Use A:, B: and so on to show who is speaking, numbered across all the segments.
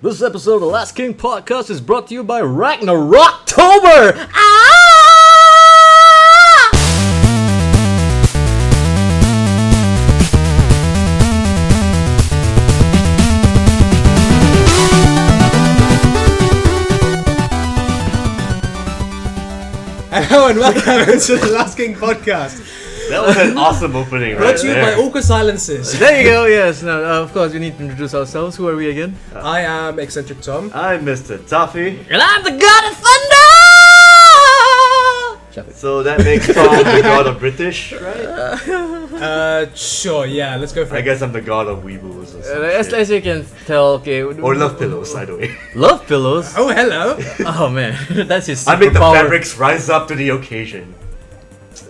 A: This episode of the Last King podcast is brought to you by Ragnaroktober! Ah!
B: Hello and welcome to the Last King podcast,
C: That was an awesome opening right
B: brought to you by
C: there.
B: Awkward Silences.
A: There you go, yes. Now, uh, of course, we need to introduce ourselves. Who are we again?
B: I am Eccentric Tom.
C: I'm Mr. Toffee,
A: And I'm the God of Thunder!
C: so that makes Tom the god of British, right?
B: Uh, sure, yeah, let's go for
C: I
B: it.
C: guess I'm the god of Weebles or
A: Uh, as,
C: something.
A: as you can tell, okay.
C: Or love pillows, by the way.
A: Love pillows?
B: Oh, hello.
A: Oh man, that's his
C: I make the
A: superpower.
C: fabrics rise up to the occasion.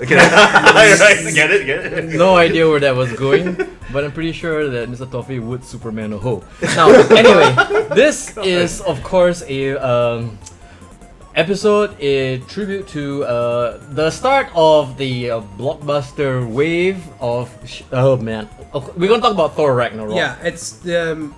C: Okay, right, right, get it, get it.
A: No idea where that was going, but I'm pretty sure that Mr. Toffee would Superman a hoe. Now, anyway, this is of course a um, episode a tribute to uh, the start of the uh, blockbuster wave of sh- oh man, okay, we're gonna talk about Thor Ragnarok.
B: Yeah, it's the um,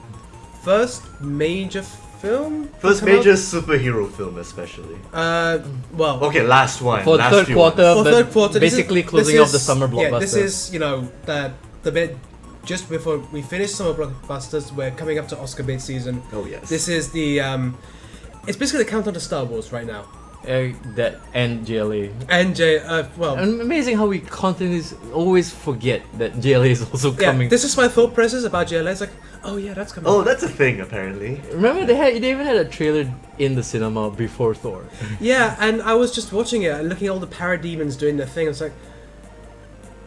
B: first major film. to
C: First
B: come out?
C: major superhero film, especially.
B: Uh, well,
C: Okay, last one.
A: For the
C: last
A: third
C: few
A: quarter-
C: ones.
B: for
A: but
B: third quarter, this is-
A: basically
B: this
A: closing off the
B: is-
A: summer
B: Yeah, this
A: blockbuster.
B: is you know the the bit just before we finish summer blockbusters. We're coming up to Oscar bid season.
C: Oh yes.
B: This is the um, it's basically the countdown to Star Wars right now.
A: Uh, that and JLA.
B: And J, uh, well,
A: And amazing how we constantly s- always forget that JLA is also
B: Yeah,
A: coming.
B: this is my thought process about JLA. It's like, oh yeah, that's coming.
C: oh, that's a thing apparently.
A: Remember they had they even had a trailer in the cinema before Thor.
B: Yeah, and I was just watching it, and looking at all the parademons doing their thing. I was like,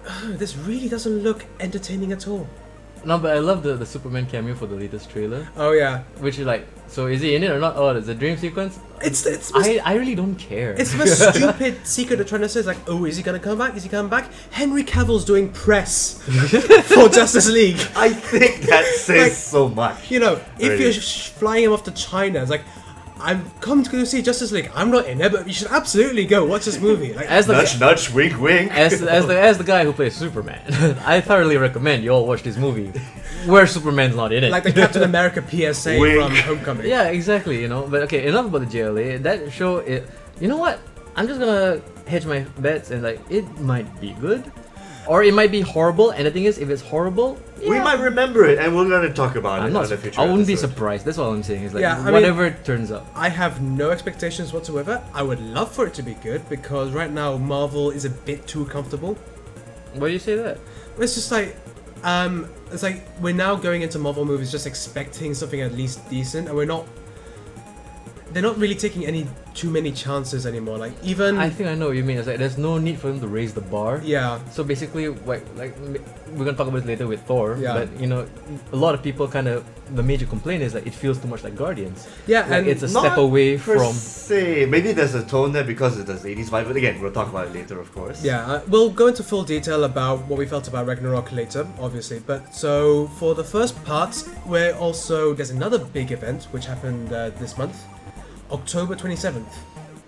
B: oh, this really doesn't look entertaining at all.
A: No, but I love the, the Superman cameo for the latest trailer,
B: Oh yeah,
A: which is like, so is he in it or not? Oh, it's a dream sequence.
B: it's it's the most,
A: I, I really don't care.
B: it's the most stupid secret they're trying to say. It's like, oh, is he gonna come back? Is he coming back? Henry Cavill's doing press for Justice League.
C: I think that says
B: Like-
C: so much.
B: You know, if
C: Really?
B: you're sh- flying him off to China, it's like. I'm come to go see Justice League. I'm not in it, but you should absolutely go watch this movie. Like,
A: as the
C: Nudge, nudge, wink, wink.
A: as, as the as the guy who plays Superman, I thoroughly recommend you all watch this movie, where Superman's not in it.
B: like the Captain America PSA
C: Wink.
B: from Homecoming.
A: yeah, exactly. You know, but okay, enough about the JLA. That show, it, you know what? I'm just gonna hedge my bets and like, it might be good, or it might be horrible. And the thing is, if it's horrible,
C: We
A: yeah,
C: might remember it, and we're gonna talk about
A: I'm
C: it
A: not.
C: on a future.
A: I wouldn't be
C: episode.
A: surprised. That's all I'm saying. Is like
B: Yeah, I mean-
A: whatever turns up.
B: I have no expectations whatsoever. I would love for it to be good because right now Marvel is a bit too comfortable.
A: Why do you say that?
B: It's just like, um, it's like we're now going into Marvel movies just expecting something at least decent, and we're not. They're not really taking any too many chances anymore. Like even
A: I think I know what you mean. It's like there's no need for them to raise the bar.
B: yeah,
A: So basically, like, like m- we're gonna talk about it later with Thor.
B: Yeah.
A: But you know, a lot of people kind of the major complaint is that it feels too much like Guardians.
B: yeah,
A: Like,
B: and
A: it's a
C: Not
A: step away
C: per
A: from.
C: se. Maybe there's a tone there because it does 80s vibe, but again, we'll talk about it later, of course.
B: Yeah, uh, we'll go into full detail about what we felt about Ragnarok later, obviously. But so for the first part, we're also there's another big event which happened uh, this month, October 27th,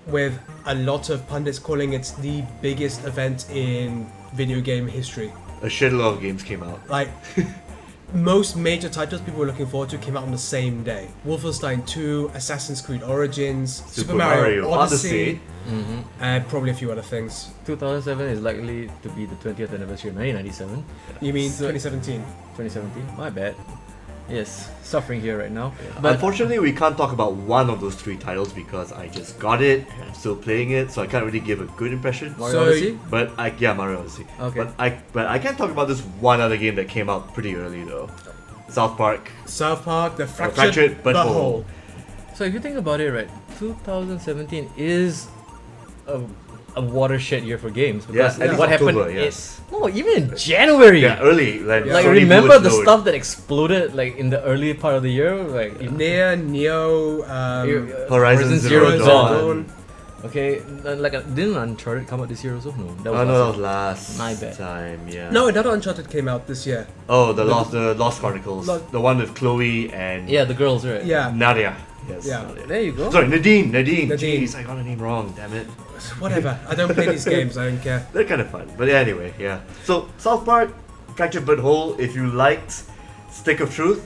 B: with a lot of pundits calling it the biggest event in video game history.
C: A shitload of games came out.
B: Like most major titles people were looking forward to came out on the same day: Wolfenstein 2, Assassin's Creed Origins, Super, Mario, Odyssey,
A: Mhm.
B: and probably a few other things.
A: 2007 is likely to be the 20th anniversary of 1997,
B: You mean
A: So-
B: 2017?
A: 2017. My bad. Yes, suffering here right now. But
C: Unfortunately, we can't talk about one of those three titles because I just got it and I'm still playing it, so I can't really give a good impression.
A: Mario
B: So-
A: Odyssey?
C: But I yeah, Mario Odyssey.
A: Okay.
C: But I but I can talk about this one other game that came out pretty early though. South Park.
B: South Park, the fractured,
C: Fractured Butthole.
B: butthole.
A: So if you think about it, right, 2017 is a, a watershed year for games because
C: Yes, at
A: like,
C: least
A: what
C: October,
A: happened?
C: yes.
A: It, no, even in January.
C: Yeah, early. Like,
A: Like
C: Sony
A: remember
C: Blues
A: the
C: Note.
A: stuff that exploded like in the early part of the year, like uh, you-
B: Near Neo. Um,
A: you-
C: Horizon Zero
B: Zero
C: Dawn.
A: Okay, n- like uh, didn't Uncharted come out this year also? No, that was
C: Oh no, that was
A: last year.
C: last
A: My bad.
C: time. Yeah.
B: No, another Uncharted came out this year.
C: Oh, the Lost, the Lost Chronicles,
B: Lost-
C: the one with Chloe and
A: Yeah, the girls, right?
B: Yeah,
C: Nadia. Yes.
B: Yeah.
C: Nadia.
A: There you go.
C: Sorry, Nadine. Nadine.
B: Nadine.
C: Jeez, I got her name wrong. Damn it.
B: whatever. I don't play these games. I don't care.
C: They're kind of fun, but anyway, yeah. So South Park, Fractured But Whole. If you liked Stick of Truth,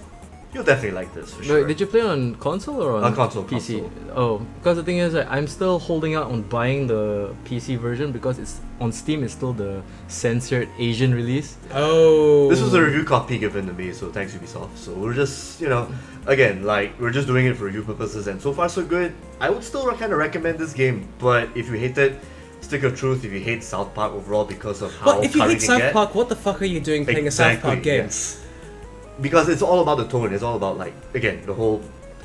C: You'll definitely like this for
A: Wait,
C: sure.
A: did you play on console or on,
C: On console,
A: PC?
C: console.
A: Oh, because the thing is, like, I'm still holding out on buying the PC version because it's on Steam. It's still the censored Asian release.
B: Oh.
C: This was a review copy given to me, so thanks Ubisoft. So we're just, you know, again, like we're just doing it for review purposes, and so far so good. I would still kind of recommend this game, but if you hate it, stick of truth. If you hate South Park overall because of how
B: But if you
C: curry
B: hate
C: can
B: South
C: get-
B: Park, what the fuck are you doing playing a South
C: Exactly,
B: Park game?
C: yes. Because it's all about the tone. It's all about like again the whole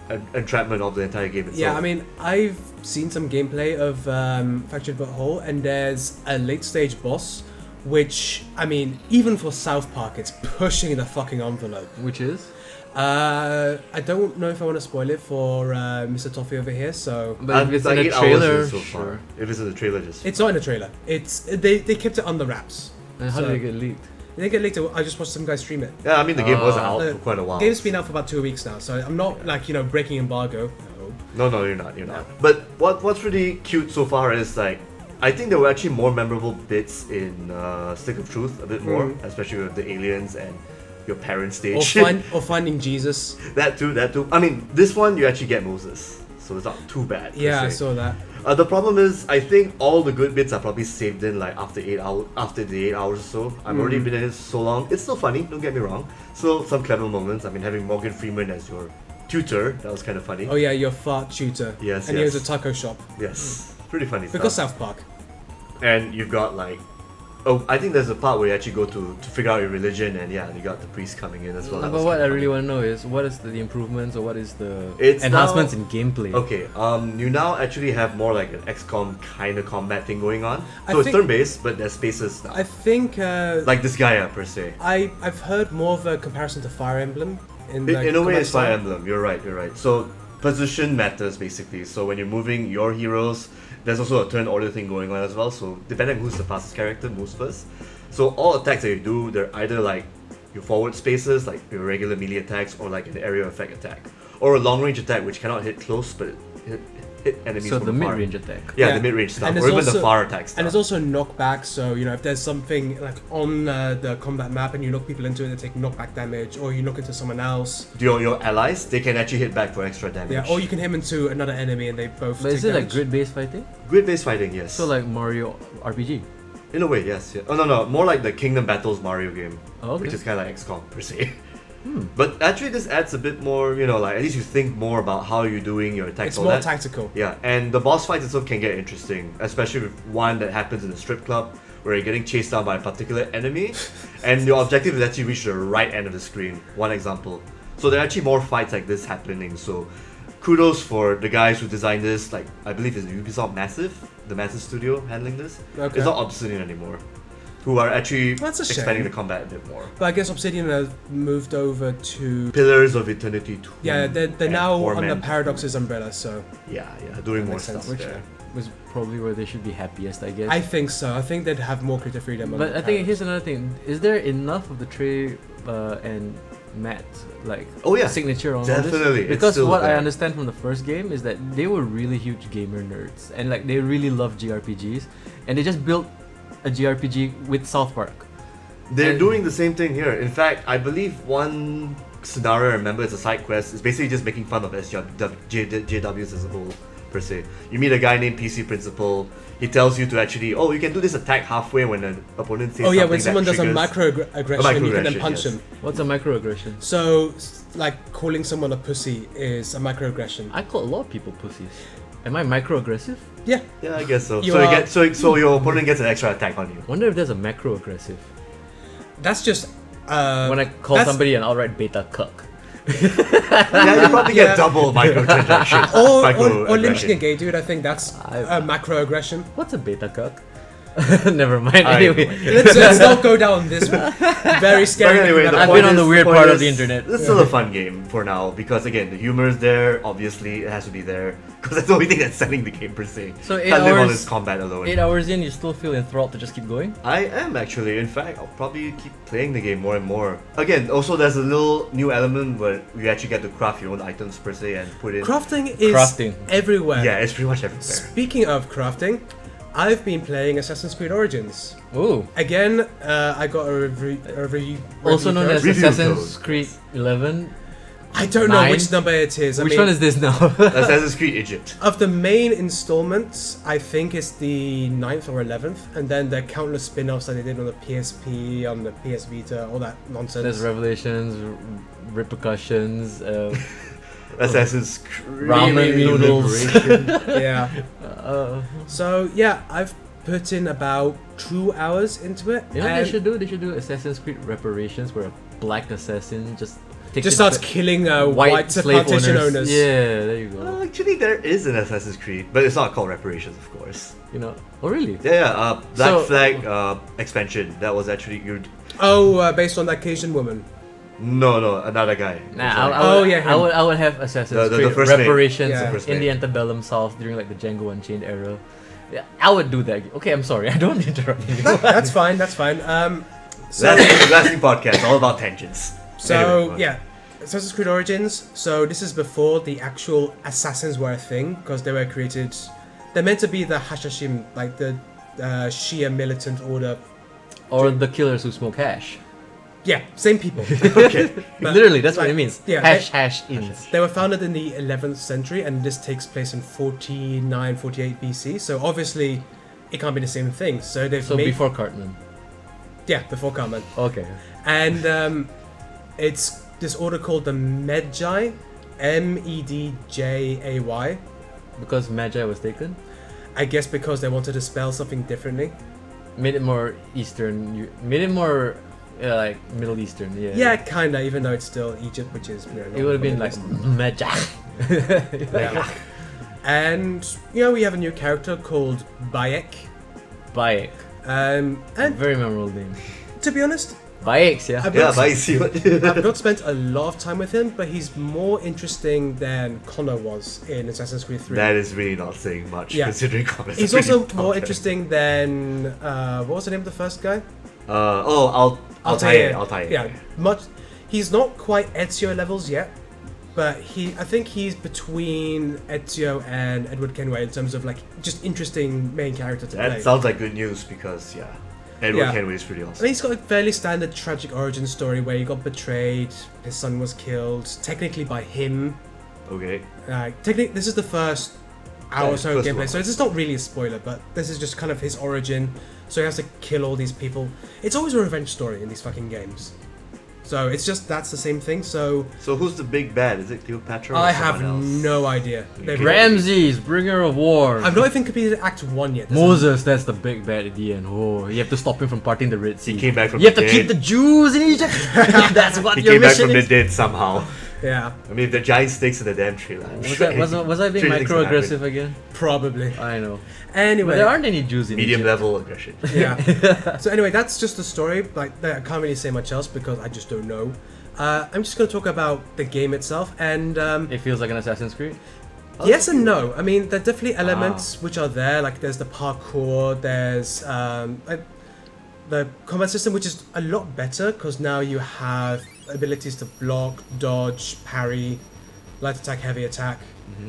C: en- entrapment of the entire game itself.
B: Yeah, I mean, I've seen some gameplay of um, Fractured But Whole, and there's a late stage boss, which, I mean, even for South Park, it's pushing the fucking envelope.
A: Which is,
B: Uh, I don't know if I want to spoil it for uh, Mr. Toffee over here, so.
A: but
C: Uh,
A: if it's
C: like
A: in a
C: eight hours
A: trailer,
C: in so far.
A: sure.
C: If it's in the trailer, just
B: It's not in the trailer. It's they, they kept it on the wraps.
C: Uh,
A: And how
B: So-
A: did it get leaked?
B: They didn't get leaked. I just watched some guy stream it.
C: yeah. I mean the game was
A: Uh,
C: out
B: uh,
C: for quite a while.
B: Game's been out for about two weeks now, so I'm not like you know breaking embargo. No.
C: No, no, you're not. You're not. But what what's really cute so far is like, I think there were actually more memorable bits in uh, Stick of Truth a bit more,
B: Mm.
C: especially with the aliens and your parent
B: Or
C: stage.
B: find or finding Jesus.
C: that too. That too. I mean, this one you actually get Moses, so it's not too bad. per
B: Yeah, I
C: se.
B: saw that.
C: Uh, the problem is, I think all the good bits are probably saved in like after eight hour, after the eight hours or so. I've already
B: Hmm.
C: been in it so long. It's still funny. Don't get me wrong. Still some clever moments. I mean, having Morgan Freeman as your tutor that was kind of funny.
B: Oh yeah, your fart tutor.
C: Yes,
B: And
C: yes.
B: he owns a taco shop
C: Yes, pretty funny stuff.
B: Hmm. because South Park.
C: and you've got like oh i think there's a part where you actually go to to figure out your religion and yeah you got the priest coming in as well That
A: but
C: was
A: what I
C: kinda
A: really want
C: funny.
A: to know is what is the, the improvements or what is the
C: It's
A: enhancements
C: now-
A: in gameplay?
C: okay um you now actually have more like an xcom kind of combat thing going on
B: I
C: so it's
B: think-
C: turn-based but there's spaces now.
B: I think uh,
C: like this guy uh, per se
B: I I've heard more of a comparison to Fire Emblem. In,
C: In,
B: like,
C: in a way,
B: combat
C: it's
B: style.
C: Fire Emblem. You're right. You're right. So position matters basically. So when you're moving your heroes, there's also a turn order thing going on as well. So depending on who's the fastest character moves first. So all attacks that you do, they're either like your forward spaces, like your regular melee attacks, or like an area effect attack, or a long range attack which cannot hit close but hit, hit enemies
A: So
C: from
A: the mid
C: far.
A: range attack.
C: Yeah,
B: Yeah.
C: the mid range stuff,
B: And
C: or
B: there's
C: even the
B: also-
C: far attack stuff.
B: And there's also knockback, so you know if there's something like on uh, the combat map and you knock people into it, they take knockback damage, or you knock into someone else.
C: your your allies, they can actually hit back for extra damage.
B: Yeah, or you can hit them into another enemy and they both.
A: But
B: take
A: is it like
B: damage.
A: grid based fighting?
C: grid based fighting, yes.
A: So like Mario RPG.
C: In a way, yes. Yeah. Oh no, no, more like the Kingdom Battles Mario game,
A: Oh, okay.
C: which is kind of like XCOM per se. But actually, this adds a bit more. You know, like at least you think more about how you're doing your attacks.
B: It's
C: all
B: more
C: that.
B: tactical.
C: Yeah, and the boss fights itself can get interesting, especially with one that happens in a strip club where you're getting chased down by a particular enemy, and your objective is actually reach the right end of the screen. One example. So there are actually more fights like this happening. So kudos for the guys who designed this. Like I believe it's Ubisoft Massive, the Massive Studio handling this.
B: Okay.
C: It's not Obsidian anymore, who are actually
B: That's a
C: expanding
B: shame.
C: the combat a bit more.
B: But I guess Obsidian has moved over to
C: Pillars of Eternity 2.
B: yeah, they're, they're
C: and
B: now under
C: Torment.
B: Paradox's umbrella. So
C: Yeah, yeah, doing
B: That
C: more
B: makes sense,
C: stuff
B: which-
C: there.
A: was probably where they should be happiest, I guess.
B: I think so. I think they'd have more creative freedom. under
A: but I think
B: Paradox.
A: here's another thing: is there enough of the Trey uh, and Matt like
C: Oh yeah,
A: signature on All
C: definitely.
A: this?
C: It's
A: Because
C: still
A: what I
C: there.
A: understand from the first game is that they were really huge gamer nerds and like they really loved JRPGs, and they just built a JRPG with South Park.
C: They're
A: And-
C: doing the same thing here. In fact, I believe one scenario I remember it's a side quest. It's basically just making fun of SJW, J- JWs as a whole, per se. You meet a guy named PC Principal. He tells you to actually, oh, you can do this attack halfway when an opponent says
B: Oh yeah,
C: something
B: when
C: that
B: someone does a
C: triggers-
B: microaggression, you can then
C: microaggression,
B: punch
C: yes.
B: them.
A: What's a microaggression?
B: So, s- like calling someone a pussy is a microaggression.
A: I call a lot of people pussies. Am I microaggressive?
B: Yeah,
C: Yeah, I guess so.
B: You
C: so you
B: are-
C: get so so your opponent gets an extra attack on you.
A: Wonder if there's a macroaggressive
B: that's just. Uh,
A: when I call
B: that's-
A: somebody an outright beta cuck.
C: yeah, you probably
B: Yeah.
C: get double microtransactions.
B: Or, or, or
C: microaggression.
B: lynching a gay dude, I think that's a macroaggression.
A: What's a beta cuck? Never mind.
C: I have no
A: Anyway,
B: Let's, let's not go down this very scary.
C: But anyway, the
A: I've
C: point
A: been on
C: is-
A: the weird
C: point
A: part of
C: is,
A: the internet.
C: It's still a fun game for now because again, the humor is there. Obviously, it has to be there because that's the only thing that's selling the game per se.
A: So eight
C: Can't live on
A: hours-
C: this combat alone.
A: Eight hours in, you still feel enthralled to just keep going?
C: I am actually. In fact, I'll probably keep playing the game more and more. Again, also there's a little new element where you actually get to craft your own items per se and put in.
B: crafting is
A: Crafting.
B: everywhere.
C: Yeah, it's pretty much everywhere.
B: Speaking of crafting, I've been playing Assassin's Creed Origins.
A: Ooh.
B: Again, uh, I got a review. A review
A: Also known
B: review
A: as
C: Review
A: Assassin's
C: codes.
A: Creed 11.
B: I don't know
A: Nine?
B: which number it is. I
A: Which
B: mean,
A: one is this now?
C: Assassin's Creed Egypt.
B: of the main installments, I think it's the 9th or 11th, and then the countless spin offs that they did on the PSP, on the PS Vita, all that nonsense.
A: There's revelations, r- repercussions. Uh,
C: Assassin's Creed
A: Ramen noodles.
C: Liberation.
B: yeah.
A: uh,
B: So, yeah, I've put in about two hours into it.
A: you know what
B: and
A: they should do? They should do Assassin's Creed reparations, where a black assassin just takes
B: just
A: his
B: starts
A: fa-
B: killing uh, white, plantation owners. Uh,
A: Yeah, there you
C: well,
A: go.
C: actually, there is an Assassin's Creed, but it's not called reparations, of course.
A: You know? Oh really?
C: Yeah, yeah. Uh, Black
A: So-
C: Flag uh, expansion. That was actually you.
B: Oh, uh, based on that Cajun woman.
C: No, no, another guy.
A: Nah, I,
C: Sorry.
A: I
B: Oh,
A: would,
B: yeah,
A: I
B: him.
A: would, I would have Assassin's
C: The- the- the
A: Creed
C: first name.
A: reparations
B: Yeah. The
C: first
A: in the
C: name.
A: antebellum South during like the Django Unchained era. Yeah, I would do that. Okay, I'm sorry, I don't want to interrupt you.
B: that's fine, that's fine. Um, so,
C: Last, lasting podcast, all about tangents.
B: So
C: Anyway,
B: yeah, Assassin's Creed Origins. So this is before the actual assassins were a thing because they were created. They're meant to be the Hashashim, like the uh, Shia militant order.
A: or the killers who smoke hash.
B: Yeah, same people.
C: Okay.
B: But-
A: Literally, that's what it
B: like,
A: means.
B: yeah,
A: hash hash ins.
B: they were founded in the 11th century, and this takes place in 49, 48 BC. So obviously, it can't be the same thing. So they've
A: So
B: made
A: before Cartman.
B: yeah before Karman,
A: Okay.
B: and um, it's this order called the Medjay, M E D J A Y.
A: Because Magi was taken,
B: I guess because they wanted to spell something differently.
A: made it more Eastern. you- Made it more uh, like Middle Eastern. Yeah.
B: Yeah, kinda. Even though it's still Egypt, which is you know,
A: It would have been like Magi.
B: Yeah. And you know, we have a new character called Bayek.
A: Bayek.
B: Um, and
A: Very memorable name.
B: to be honest,
A: Bayeks, yeah.
B: I've
C: Yeah,
B: not,
C: but I see what.
B: I've not spent a lot of time with him, but he's more interesting than Connor was in Assassin's Creed Three.
C: That is really not saying much
B: Yeah.
C: considering comments.
B: he's also more interesting than uh, what was the name of the first guy?
C: Uh, oh, Al- Altair. Altair.
B: Yeah, much. He's not quite Ezio levels yet, but he. I think he's between Ezio and Edward Kenway in terms of like just interesting main character to
C: That
B: play.
C: sounds like good news because, yeah, Edward
B: Yeah.
C: Kenway is pretty
B: I mean,
C: awesome.
B: he's got a fairly standard tragic origin story where he got betrayed, his son was killed, technically by him.
C: Okay.
B: Uh, technically, this is the first hour or so of
C: first
B: gameplay,
C: one.
B: so this is not really a spoiler, but this is just kind of his origin. So he has to kill all these people. It's always a revenge story in these fucking games. So it's just that's the same thing. So
C: So who's the big bad? Is it Cleopatra? Or
B: I have
C: someone else?
B: no idea. They've-
C: Okay.
A: Ramses, bringer of war.
B: I've not even completed Act One yet. There's a-
A: Moses, that's the big bad at the end. Oh, you have to stop him from parting the Red Sea.
C: He came back from
A: you have
C: the
A: to keep the
C: dead.
A: Jews in Egypt. that's what
C: He
A: your
C: came back
A: mission
C: from the
A: is.
C: dead somehow.
B: Yeah,
C: I mean, if the giant sticks in the damn tree line.
A: Was I, was, I- was I being
C: Three things that
A: microaggressive again?
B: probably.
A: I know. But
B: Anyway,
A: there aren't any Jews in
C: Medium
A: Egypt.
C: level aggression.
B: yeah. so anyway, that's just the story. Like, I can't really say much else because I just don't know. Uh, I'm just going to talk about the game itself, and um,
A: It feels like an Assassin's Creed.
B: yes and no. I mean, there are definitely elements which are there. Like, there's the parkour. There's um, uh, the combat system, which is a lot better because now you have abilities to block, dodge, parry, light attack, heavy attack.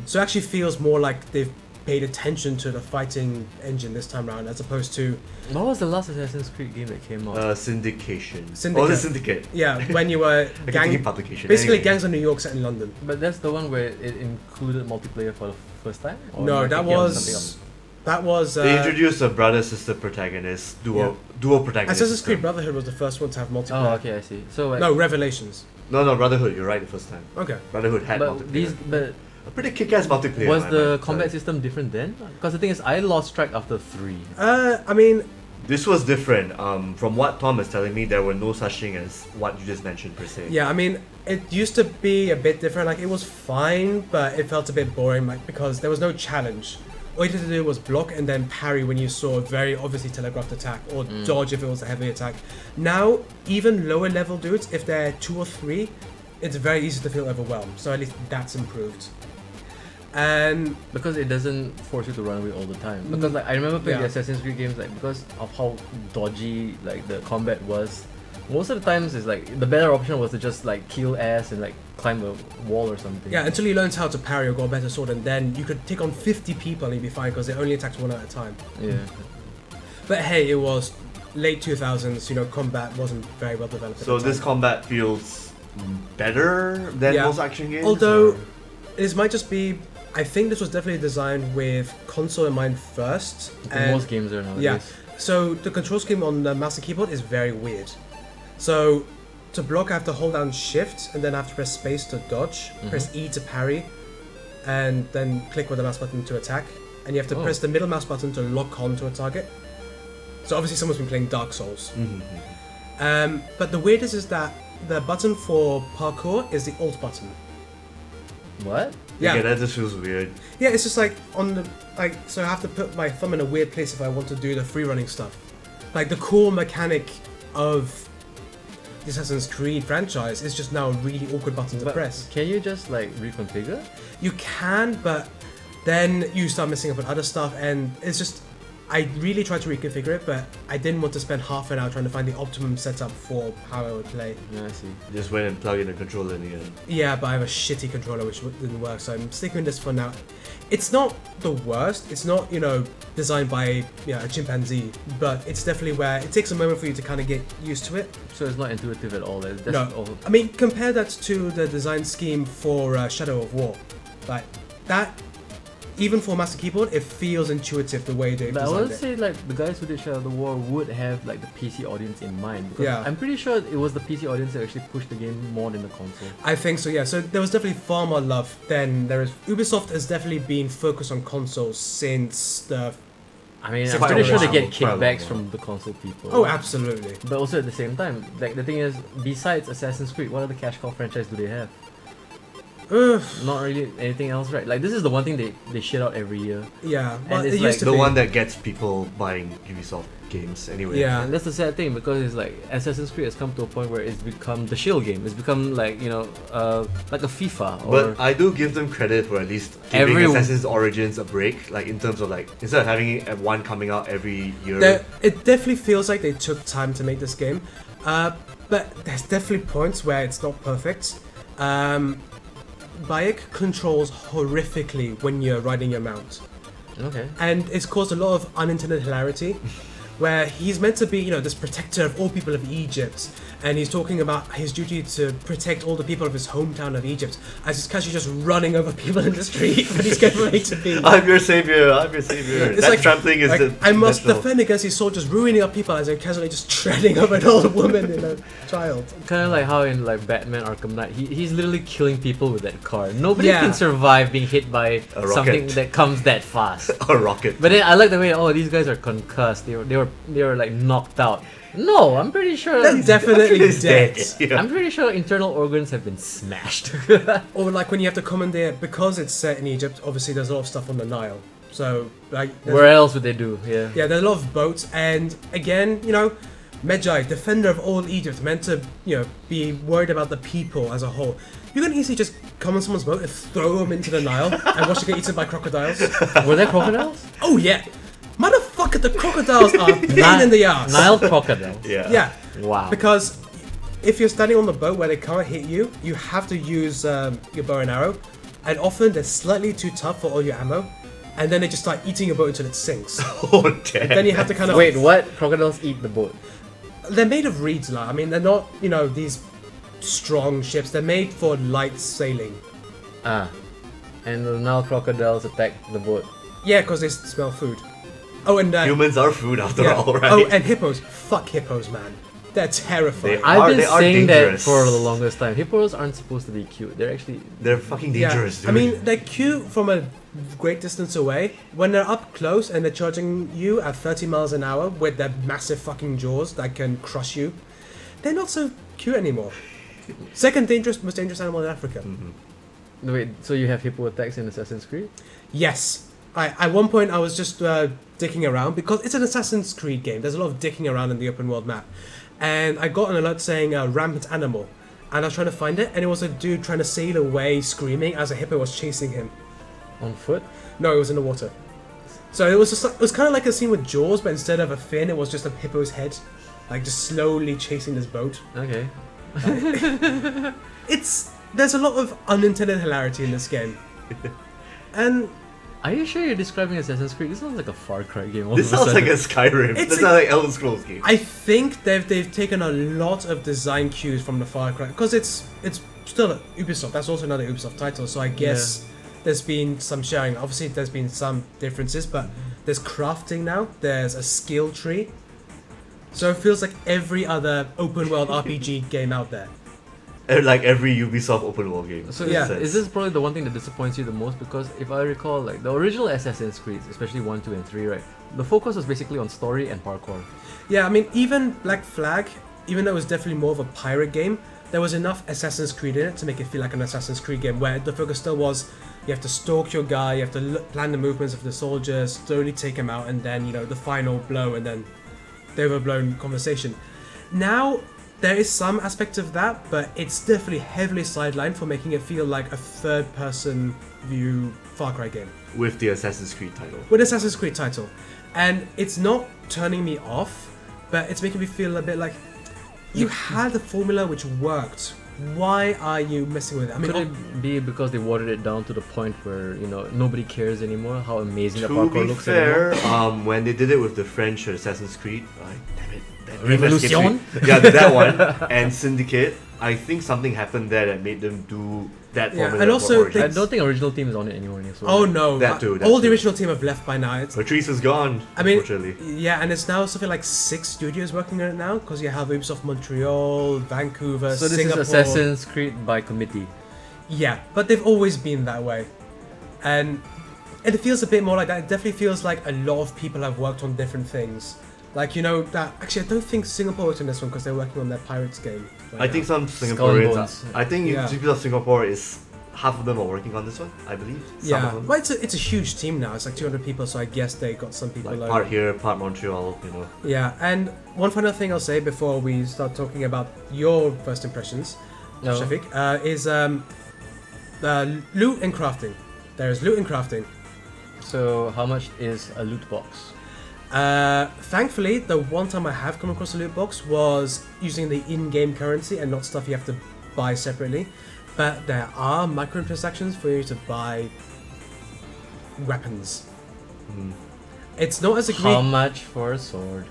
B: So it actually feels more like they've paid attention to the fighting engine this time around, as opposed to
A: What was the last Assassin's Creed game that came out?
C: Uh, syndication.
B: Syndicate.
C: Oh, the syndicate.
B: yeah when you were
C: I keep
B: gang
C: thinking publication.
B: Basically,
C: Anyway.
B: Gangs of New York set in London.
A: but that's the one where it included multiplayer for the first time. Or am
B: no,
A: Oh, I
B: that
A: thinking of something
B: was
A: else?
B: that was
C: They
B: uh,
C: introduced a brother sister protagonist duo duo protagonist.
B: Assassin's Creed
C: system.
B: Brotherhood was the first one to have multiplayer.
A: Oh, okay, I see. So like,
B: No, Revelations.
C: No, no, Brotherhood. You're right the first time.
B: Okay.
C: Brotherhood had multiplayer.
A: but these but
C: a pretty kick-ass multiplayer.
A: was
C: I
A: the
C: might
A: combat
C: say.
A: system different then? Because the thing is, I lost track after three.
B: Uh, I mean,
C: This was different. Um, from what Tom is telling me, there were no such thing as what you just mentioned per se.
B: yeah, I mean, it used to be a bit different. Like it was fine, but it felt a bit boring, like because there was no challenge. All you had to do was block and then parry when you saw a very obviously telegraphed attack, or dodge if it was a heavy attack. Now, even lower level dudes, if they're two or three, it's very easy to feel overwhelmed. So at least that's improved. And
A: Because it doesn't force you to run away all the time. Because like I remember playing the
B: Yeah.
A: Assassin's Creed games, like because of how dodgy like the combat was. Most of the times, it's like the better option was to just like kill ass and like climb a wall or something.
B: Yeah, until you learned how to parry or got a better sword, and then you could take on 50 people and you'd be fine because they only attacked one at a time.
A: yeah.
B: But hey, it was late 2000s, you know, combat wasn't very well developed. at
C: So
B: the
C: this
B: time.
C: combat feels better than
B: Yeah.
C: most action games.
B: Although
C: or-
B: this might just be, I think this was definitely designed with console in mind first.
A: Like most games are nowadays.
B: yeah. So the control scheme on the mouse and keyboard is very weird. So to block, I have to hold down Shift and then I have to press space to dodge, press E to parry, and then click with the mouse button to attack. And you have to
A: Oh.
B: press the middle mouse button to lock on to a target. So obviously someone's been playing Dark Souls.
C: Mm-hmm.
B: Um, but the weirdest is that the button for parkour is the Alt button.
A: What?
C: yeah, that just feels weird.
B: Yeah, it's just like on the like so I have to put my thumb in a weird place if I want to do the free running stuff. Like the core mechanic of the Assassin's Creed franchise is just now a really awkward button to
A: But
B: press.
A: Can you just like reconfigure?
B: You can, but then you start messing up with other stuff and it's just I really tried to reconfigure it, but I didn't want to spend half an hour trying to find the optimum setup for how I would play.
A: Yeah, I see.
C: Just went and plugged in the controller in the end.
B: Yeah, but I have a shitty controller which w- didn't work, so I'm sticking with this for now. It's not the worst. It's not you know designed by you know, a chimpanzee, but it's definitely where it takes a moment for you to kind of get used to it.
A: So it's not intuitive at all. That- That's
B: no,
A: all.
B: I mean compare that to the design scheme for uh, Shadow of War, like that. Even for Master Keyboard, it feels intuitive the way they
A: But I
B: designed
A: would
B: it.
A: say like the guys who did Shadow of the War would have like the PC audience in mind. Because
B: Yeah.
A: I'm pretty sure it was the PC audience that actually pushed the game more than the console.
B: I think so. Yeah. So there was definitely far more love than there is. Ubisoft has definitely been focused on consoles since the.
A: I mean,
B: It's
A: I'm
B: quite
A: pretty
B: a
A: sure they
B: while,
A: get
C: quite a
A: kickbacks
C: while.
A: from the console people.
B: Oh, absolutely.
A: But also at the same time, like the thing is, besides Assassin's Creed, what other cash cow franchise do they have?
B: Ugh.
A: Not really anything else, right? Like this is the one thing they, they shit out every year,
B: Yeah, but
A: it's
B: it
A: like
B: used to
C: the
B: be.
C: one that gets people buying Ubisoft games anyway.
B: Yeah.
A: and that's the sad thing because it's like Assassin's Creed has come to a point where it's become the shill game. It's become like you know, uh, like a FIFA or
C: But I do give them credit for at least giving
A: Every-
C: Assassin's Origins a break, like in terms of like instead of having it- one coming out every year.
B: There- it definitely feels like they took time to make this game, uh, but there's definitely points where it's not perfect. Um, Bayek controls horrifically when you're riding your mount,
A: okay.
B: and it's caused a lot of unintended hilarity. Where he's meant to be, you know, this protector of all people of Egypt, and he's talking about his duty to protect all the people of his hometown of Egypt, as he's casually just running over people in the street when he's getting ready to be.
C: I'm your savior. I'm your savior.
B: It's
C: that
B: like-
C: trampling is
B: Like,
C: the.
B: I must
C: natural.
B: defend against these soldiers ruining our people as they're casually just treading over an old woman and a child.
A: Kind of like how in like Batman Arkham Knight, he, he's literally killing people with that car. Nobody
B: Yeah.
A: can survive being hit by
C: A rocket.
A: something that comes that fast.
C: a rocket.
A: But then I like the way oh these guys are concussed. They were they were they were like knocked out. No, I'm pretty sure.
B: They're definitely
C: It's
B: dead.
C: Yeah.
A: I'm pretty sure internal organs have been smashed.
B: Or like when you have to commandeer, because it's set in Egypt, obviously there's a lot of stuff on the Nile. So, like, there's-
A: Where else would they do? Yeah.
B: yeah, there's a lot of boats, and again, you know, Medjai, defender of all Egypt, meant to, you know, be worried about the people as a whole. You can easily just come on someone's boat and throw them into the Nile and watch it get eaten by crocodiles.
A: Were there crocodiles?
B: Oh, yeah. Motherfucker, the crocodiles are a pain in the ass.
A: Nile crocodile.
C: yeah.
B: Yeah.
A: Wow.
B: Because if you're standing on the boat where they can't hit you, you have to use um, your bow and arrow, and often they're slightly too tough for all your ammo, and then they just start eating your boat until it sinks.
C: Oh, damn.
B: then you have to kind of
A: Wait, what? Crocodiles eat the boat.
B: They're made of reeds, lah. I mean, they're not you know these strong ships. They're made for light sailing.
A: Ah. And the Nile crocodiles attack the boat.
B: Yeah, because they s- smell food. Oh, and uh,
C: Humans are food after
B: yeah.
C: all, right?
B: Oh, and hippos. Fuck hippos, man. They're terrifying.
C: They
A: I've
C: Are-
A: been
C: they are
A: saying that
C: dangerous.
A: for the longest time. Hippos aren't supposed to be cute. They're actually
C: They're fucking dangerous,
B: I
C: dude.
B: mean, they're cute from a great distance away. When they're up close and they're charging you at 30 miles an hour with their massive fucking jaws that can crush you, they're not so cute anymore. Second dangerous, most dangerous animal in Africa.
C: Mm-hmm.
A: No, wait. So you have hippo attacks in Assassin's Creed?
B: Yes. I, at one point, I was just uh, dicking around because it's an Assassin's Creed game. There's a lot of dicking around in the open world map. And I got an alert saying uh, rampant animal. And I was trying to find it, and it was a dude trying to sail away screaming as a hippo was chasing him.
A: On foot?
B: No, it was in the water. So it was just like, it was kind of like a scene with Jaws, but instead of a fin, it was just a hippo's head, like just slowly chasing this boat.
A: Okay.
B: It's there's a lot of unintended hilarity in this game, and
A: Are you sure you're describing Assassin's Creed? This sounds like a Far Cry game. all
C: This
A: of a
C: sounds like a
A: sudden.
C: Skyrim.
B: It's
C: this
B: a-
C: sounds like Elder Scrolls game.
B: I think they've they've taken a lot of design cues from the Far Cry because it's it's still a Ubisoft. That's also another Ubisoft title. So I guess there's been some sharing. Obviously, there's been some differences, but there's crafting now. There's a skill tree. So it feels like every other open world RPG game out there.
C: Eh, Like every Ubisoft open world game.
A: So
C: in a
B: Yeah.
A: yeah,
C: sense.
A: is this probably the one thing that disappoints you the most? Because if I recall, like the original Assassin's Creed, especially one, two, and three, right? The focus was basically on story and parkour.
B: Yeah, I mean, even Black Flag, even though it was definitely more of a pirate game, there was enough Assassin's Creed in it to make it feel like an Assassin's Creed game, where the focus still was you have to stalk your guy, you have to look, plan the movements of the soldiers, slowly take him out, and then, you know, the final blow, and then the overblown conversation. Now, there is some aspect of that, but it's definitely heavily sidelined for making it feel like a third person view Far Cry game
C: With the Assassin's Creed title.
B: with Assassin's Creed title, and it's not turning me off, but it's making me feel a bit like
C: Mm.
B: you had a formula which worked. Why are you messing with it? I mean,
A: Could it be because they watered it down to the point where you know nobody cares anymore how amazing the
C: To
A: parkour
C: be
A: looks anymore?
C: fair, um, when they did it with the French Assassin's Creed, I damn it, that name escapes me.
A: Revolution?
C: yeah, that one, and Syndicate. I think something happened there that made them do that
B: Yeah,
C: formula
B: and
C: for
B: also they-
A: I
C: Origins.
A: don't think original team is on it anymore. So
B: oh no,
C: That
B: uh,
C: too, that
B: all the
C: too.
B: original team have left by now. It's,
C: Patrice is gone.
B: I mean,
C: unfortunately.
B: yeah, and it's now something like six studios working on it now because you have Ubisoft Montreal, Vancouver,
A: So this
B: Singapore.
A: is Assassin's Creed by committee.
B: Yeah, but they've always been that way. And it feels a bit more like that. It definitely feels like a lot of people have worked on different things. Like, you know, that. Actually, I don't think Singapore was in this one because they're working on their Pirates game. right
C: I
B: now.
C: think some
A: Skull and
C: Singaporeans.
A: Bones.
C: I think
B: Yeah.
C: people of Singapore is half of them are working on this one. I believe. Some
B: Yeah,
C: Of them.
B: well, it's a, it's a huge team now. It's like 200 people, so I guess they got some people
C: Like
B: over.
C: part here, part Montreal. You know.
B: Yeah, and one final thing I'll say before we start talking about your first impressions,
A: No.
B: Shafiq, uh, is um, uh, loot and crafting. There is loot and crafting.
A: So how much is a loot box?
B: Uh, thankfully, the one time I have come across a loot box was using the in-game currency and not stuff you have to buy separately. But there are microtransactions for you to buy weapons. It's not as
A: How
B: agreed.
A: much for a sword?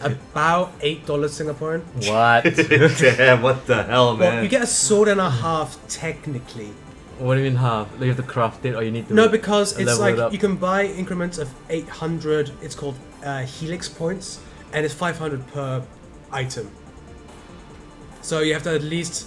B: About eight dollars Singaporean.
A: What?
C: Damn! What the hell, Oh, man?
B: Well, you get a sword and a half technically.
A: what do you mean half? Like you have to craft it, or you need to?
B: No, because it's
A: level it
B: like
A: up.
B: you can buy increments of 800. It's called uh, helix points, and it's 500 per item. So you have to at least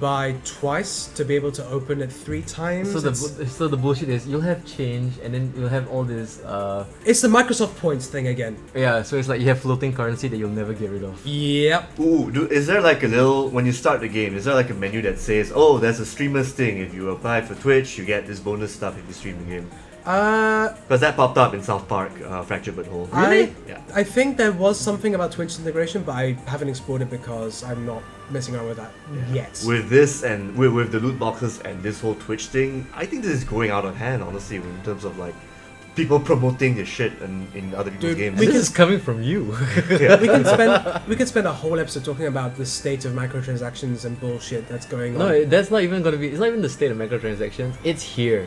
B: buy twice to be able to open it three times.
A: So the
B: it's,
A: bu- so the bullshit is you'll have change and then you'll have all this uh
B: it's the Microsoft points thing again.
A: yeah so it's like you have floating currency that you'll never get rid of.
B: Yep.
C: Ooh, do, is there like a little when you start the game? Is there like a menu that says, "Oh, there's a streamer's thing. If you apply for Twitch, you get this bonus stuff if you stream the game."
B: Uh,
C: Because that popped up in South Park, uh, Fractured But Whole.
B: Really?
C: yeah.
B: I think there was something about Twitch integration, but I haven't explored it because I'm not messing around with that yet.
C: With this and with, with the loot boxes and this whole Twitch thing, I think this is going out of hand, honestly, in terms of like people promoting this shit in, in other people's
B: Dude,
C: games.
A: this
B: can-
A: is coming from you.
B: we can spend we could spend a whole episode talking about the state of microtransactions and bullshit that's going on.
A: no, it- that's not even gonna be. It's not even the state of microtransactions. It's here.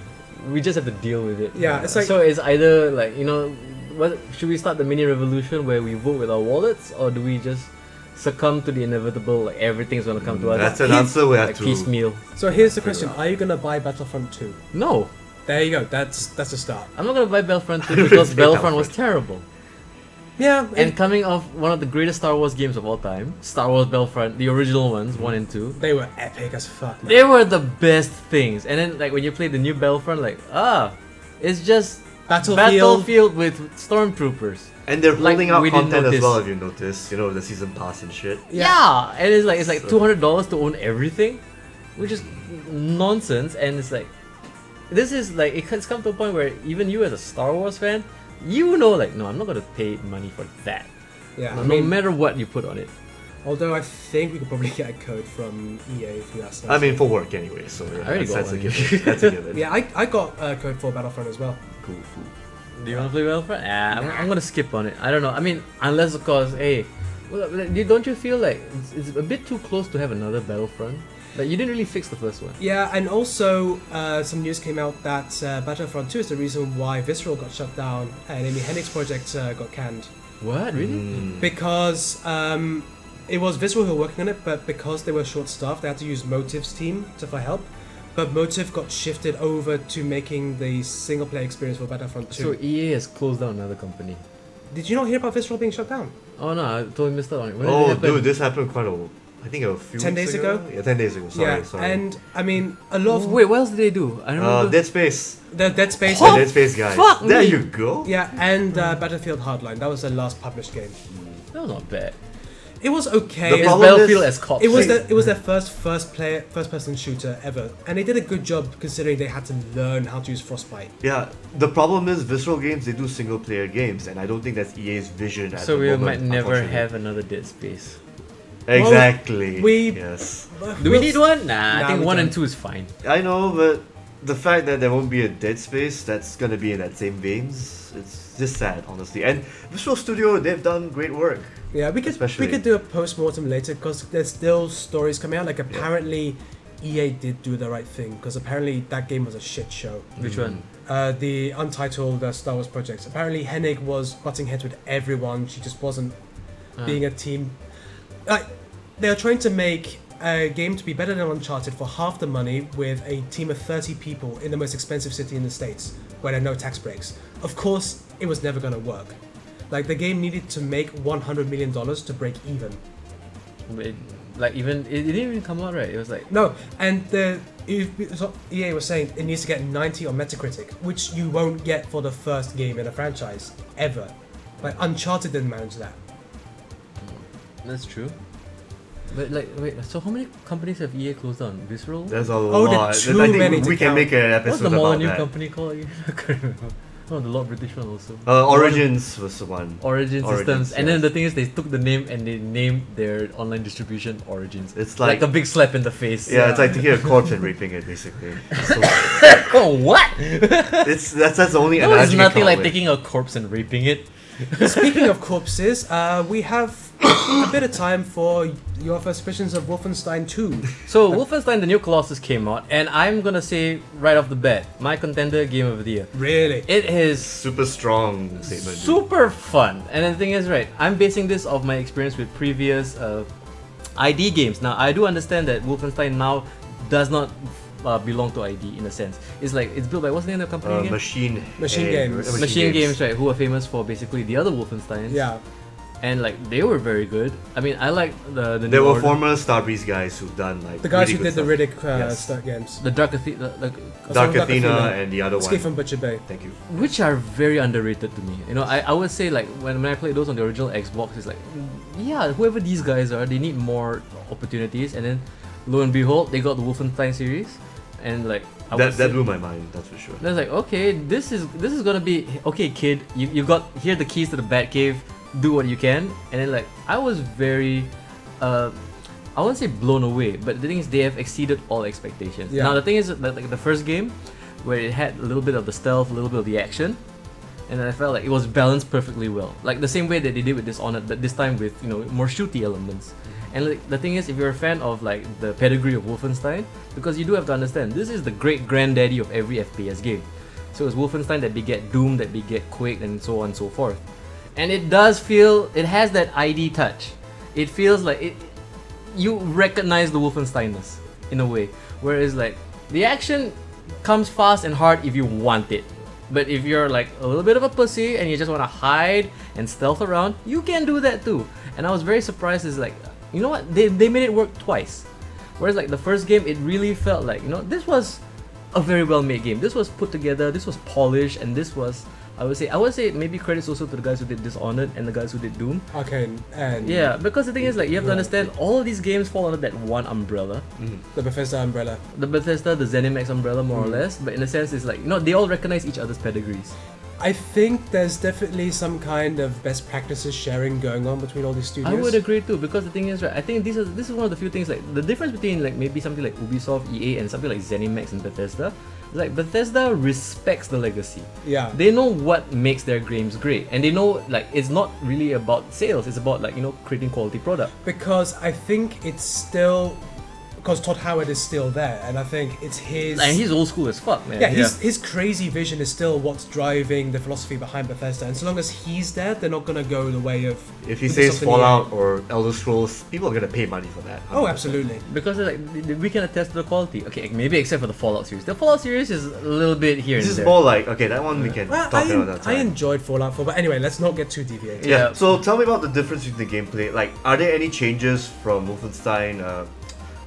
A: We just have to deal with it.
B: Yeah, it's like-
A: so. It's either like you know, what should we start the mini revolution where we vote with our wallets, or do we just succumb to the inevitable? Like everything's gonna come to us.
C: That's an
A: piece-
C: answer we have
A: like
C: to.
A: piecemeal.
B: so here's the question: Are you gonna buy Battlefront 2?
A: No,
B: There you go. That's that's a start.
A: I'm not gonna buy Battlefront 2
C: didn't
A: because
C: say
A: Battlefront was terrible.
B: Yeah,
A: And coming off one of the greatest Star Wars games of all time, Star Wars Battlefront, the original ones, one and two.
B: they were epic as fuck. Man.
A: They were the best things. And then like when you play the new Battlefront, like ah, it's just
B: Battlefield.
A: Battlefield with stormtroopers.
C: and they're
A: Like,
C: rolling
A: we
C: out
A: didn't
C: content as
A: notice.
C: well, if you notice. You know, the season pass and shit.
A: Yeah. and it's like it's like
C: So-
A: two hundred dollars to own everything, which is nonsense. And it's like this is like it has come to a point where even you as a Star Wars fan, you know, like no, I'm not gonna pay money for that.
B: Yeah, I
A: no
B: mean,
A: matter what you put on it.
B: although I think we could probably get a code from E EA through that stuff.
C: I mean, for work anyway, so yeah,
A: I already
C: that's,
A: got
C: that's a
A: one.
C: given. That's a given.
B: yeah, I, I got a code for Battlefront as well.
C: Cool, cool.
A: Do you want to play Battlefront? Ah, I'm, I'm gonna skip on it. I don't know. I mean, unless of course, hey, well, like, you- don't you feel like it's, it's a bit too close to have another Battlefront? Like you didn't really fix the first one.
B: Yeah, and also uh, some news came out that uh, Battlefront 2 is the reason why Visceral got shut down and Amy Hennig's project uh, got canned.
A: What really?
C: Mm.
B: Because um, it was Visceral who were working on it, but because they were short staffed, they had to use Motive's team to for help. But Motive got shifted over to making the single player experience for Battlefront 2.
A: So EA has closed down another company.
B: Did you not hear about Visceral being shut down?
A: Oh no, I totally missed out on it. When did it
C: Oh,
A: happen?
C: dude, this happened quite a, I think a few
B: 10
C: weeks
B: days ago?
C: Yeah, ten days ago. Sorry,
B: yeah,
C: sorry.
B: and I mean, a lot of.
A: Wait, what else did they do? I don't
C: uh,
A: remember.
C: Dead Space.
B: The Dead Space.
C: The Dead Space guys.
A: Oh, fuck
C: there
A: me.
C: you go.
B: Yeah, and uh, Battlefield Hardline. That was the last published game.
A: that was not bad.
B: It was okay.
C: The
A: It's
C: problem
A: Battlefield
C: is-
A: as cops.
B: It was
A: right?
B: their, it was their first first player first person shooter ever, and they did a good job considering they had to learn how to use Frostbite.
C: Yeah, the problem is Visceral Games, they do single player games, and I don't think that's EA's vision at
A: So
C: the
A: we might
C: moment,
A: never
C: unfortunately.
A: have another Dead Space.
C: Exactly.
B: we-
C: Yes.
A: Do we need one? Nah,
B: Nah,
A: I think
B: we
A: one and
B: don't.
A: two is fine.
C: I know, but the fact that there won't be a Dead Space that's gonna be in that same veins, it's just sad, honestly. And Visual Studio, they've done great work.
B: Yeah, we could
C: Especially-
B: we could do a post mortem later because there's still stories coming out. Like apparently, EA did do the right thing because apparently that game was a shit show.
A: Which one?
B: Uh, the untitled uh, Star Wars project. Apparently, Hennig was butting heads with everyone. She just wasn't
A: Ah.
B: being a team. Like they are trying to make a game to be better than Uncharted for half the money with a team of 30 people in the most expensive city in the states where there are no tax breaks. Of course, it was never going to work. Like the game needed to make 100 million dollars to break even.
A: It- like even it, it didn't even come out right. It was like
B: No, and the if- so EA was saying it needs to get 90 on Metacritic, which you won't get for the first game in a franchise ever. Like Uncharted didn't manage that.
A: that's true. But like wait, so how many companies have EA closed down? Visceral?
C: There's a
B: Oh, there are
C: lot.
B: too
C: I think
B: many
C: we,
B: to
C: we can
B: count.
C: make an
A: What's
C: episode
A: the
C: about
A: Molyneux
C: that.
A: company called? again? I can't remember. No, the Lord British one also.
C: Uh, Origins was the one.
A: Origin Systems,
C: Origins,
A: and then
C: yes.
A: the thing is, they took the name and they named their online distribution Origins.
C: It's
A: like,
C: like,
A: a big slap in the face.
C: yeah, it's like taking a corpse and raping it, basically. So
A: oh what?
C: it's that's that's the only
A: No,
C: analogy
A: it's
C: you
A: nothing
C: come
A: like
C: with.
A: taking a corpse and raping it.
B: Speaking of corpses, uh, we have a bit of time for your first impressions of Wolfenstein 2.
A: So Wolfenstein: The New Colossus came out, and I'm gonna say right off the bat, my contender game of the year.
B: Really?
A: It is
C: super strong statement. dude.
A: super fun. And the thing is, right, I'm basing this off my experience with previous uh, ID games. Now, I do understand that Wolfenstein now does not uh, belong to ID in a sense. It's like it's built by what's the name of the company
C: Uh,
A: again?
C: machine
B: Machine
C: Head-
B: Games.
A: Machine, Games, right? Who are famous for basically the other Wolfensteins.
B: Yeah.
A: And like they were very good. I mean, I like the the
C: There
A: New
C: were
A: Order-
C: former Starbreeze guys who've done like
B: The guys
C: really
B: who
C: good
B: did the
C: stuff.
B: Riddick uh,
C: Yes.
B: Star games.
A: the Dark Athe- the, the,
B: Dark
C: Dark Athena
B: Athena.
C: and the other
B: Escape
C: one.
B: from Butcher Bay.
C: Thank you.
A: which are very underrated to me. You know, I, I would say like when, when I played those on the original Xbox, it's like, yeah, whoever these guys are, they need more opportunities. And then, lo and behold, they got the Wolfenstein series, and like I would
C: That,
A: say-
C: that blew my mind. That's for sure.
A: and I was like, okay, this is this is gonna be okay, kid. You you got here are the keys to the Batcave. Do what you can, and then like I was very, uh, I won't say blown away, but the thing is they have exceeded all expectations.
B: Yeah.
A: Now the thing is that like the first game, where it had a little bit of the stealth, a little bit of the action, and I felt like it was balanced perfectly well, like the same way that they did with Dishonored, but this time with you know more shooty elements. And like, the thing is, if you're a fan of like the pedigree of Wolfenstein, because you do have to understand, this is the great granddaddy of every FPS game. So it's Wolfenstein that beget Doom, that beget Quake, and so on and so forth. And it does feel, it has that ID touch. It feels like it, you recognize the Wolfensteinness in a way. Whereas like the action comes fast and hard if you want it. But if you're like a little bit of a pussy and you just want to hide and stealth around, you can do that too. And I was very surprised. Is like, you know what? They they made it work twice. Whereas like the first game, it really felt like you know this was a very well made game. This was put together. This was polished, and this was I would say I would say maybe credits also to the guys who did Dishonored and the guys who did Doom.
B: Arcane and
A: Yeah, because the thing is, like, you have to
B: Right.
A: understand, all of these games fall under that one umbrella.
C: Mm.
B: the Bethesda Umbrella.
A: The Bethesda, the ZeniMax umbrella, more
B: Mm.
A: or less. But in a sense, it's like, you know, they all recognize each other's pedigrees.
B: I think there's definitely some kind of best practices sharing going on between all these studios.
A: I would agree too, because the thing is, right, I think this is this is one of the few things, like, the difference between, like, maybe something like Ubisoft, EA, and something like ZeniMax and Bethesda, is like, Bethesda respects the legacy.
B: Yeah.
A: They know what makes their games great, and they know, like, it's not really about sales, it's about, like, you know, creating quality product.
B: because I think it's still because Todd Howard is still there, and I think it's his.
A: And he's old school as fuck, man.
B: yeah, His, his crazy vision is still what's driving the philosophy behind Bethesda, and so long as he's there, they're not gonna go the way of.
C: If he
B: Ubisoft
C: says
B: in the end.
C: Fallout or Elder Scrolls, people are gonna pay money for that.
B: Oh, absolutely.
A: Because it's like th- th- we can attest to the quality. Okay, maybe except for the Fallout series. The Fallout series is a little bit here
C: This
A: and
C: is
A: there.
C: more like okay, that one we can
B: Well,
C: talk
B: I,
C: about that
B: en- I
C: time.
B: enjoyed Fallout 4, but anyway, let's not get too deviated.
C: yeah.
A: Yeah.
C: So tell me about the difference between the gameplay. Like, are there any changes from Wolfenstein? Uh,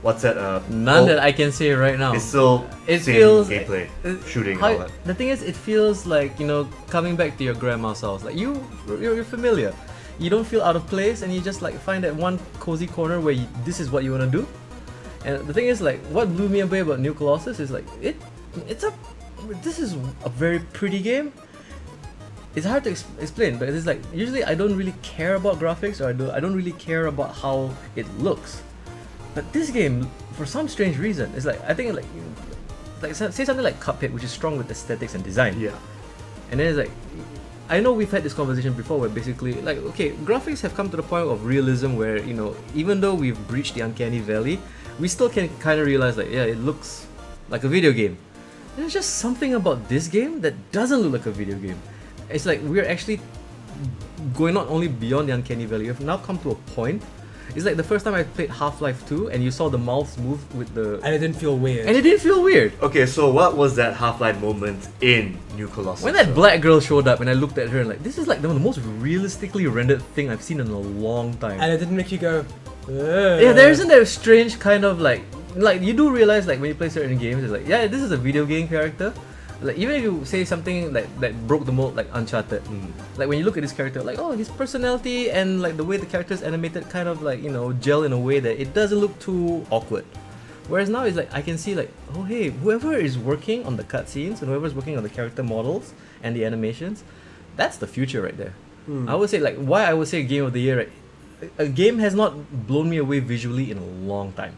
C: what's that? Uh,
A: None
C: oh,
A: that I can say right now.
C: It's still
A: It
C: same
A: feels-
C: gameplay,
A: It-
C: shooting
A: how-
C: and all that.
A: The thing is, it feels like you know coming back to your grandma's house. Like you, you're, you're familiar. You don't feel out of place, and you just like find that one cozy corner where you, this is what you want to do. And the thing is, like, what blew me away about New Colossus is like it. It's a. This is a very pretty game. It's hard to ex- explain, but it's like usually I don't really care about graphics, or I do. I don't really care about how it looks. But this game, for some strange reason, it's like I think like like so- say something like Cuphead, which is strong with aesthetics and design.
C: Yeah.
A: And then it's like, I know we've had this conversation before, where basically like okay, graphics have come to the point of realism where you know even though we've breached the uncanny valley, we still can kind of realize like yeah, it looks like a video game. There's just something about this game that doesn't look like a video game. It's like we're actually going not only beyond the uncanny valley, we've now come to a point. It's like the first time I played Half Life 2 and you saw the mouths move with the.
B: And it didn't feel weird.
A: And it didn't feel weird.
C: Okay, so what was that Half-Life moment in New Colossus?
A: When that black girl showed up and I looked at her and like, this is like the most realistically rendered thing I've seen in a long time.
B: And it didn't make you go.
A: yeah, there isn't that strange kind of like, like you do realize like when you play certain games, it's like, yeah, this is a video game character. Like even if you say something like that broke the mold, like Uncharted,
C: Mm.
A: like when you look at this character, like oh, his personality and like the way the character is animated, kind of like you know gel in a way that it doesn't look too awkward. Whereas now it's like I can see like oh hey, whoever is working on the cutscenes and whoever's working on the character models and the animations, that's the future right there.
B: Hmm.
A: I would say like why I would say game of the year. Right? A a game has not blown me away visually in a long time.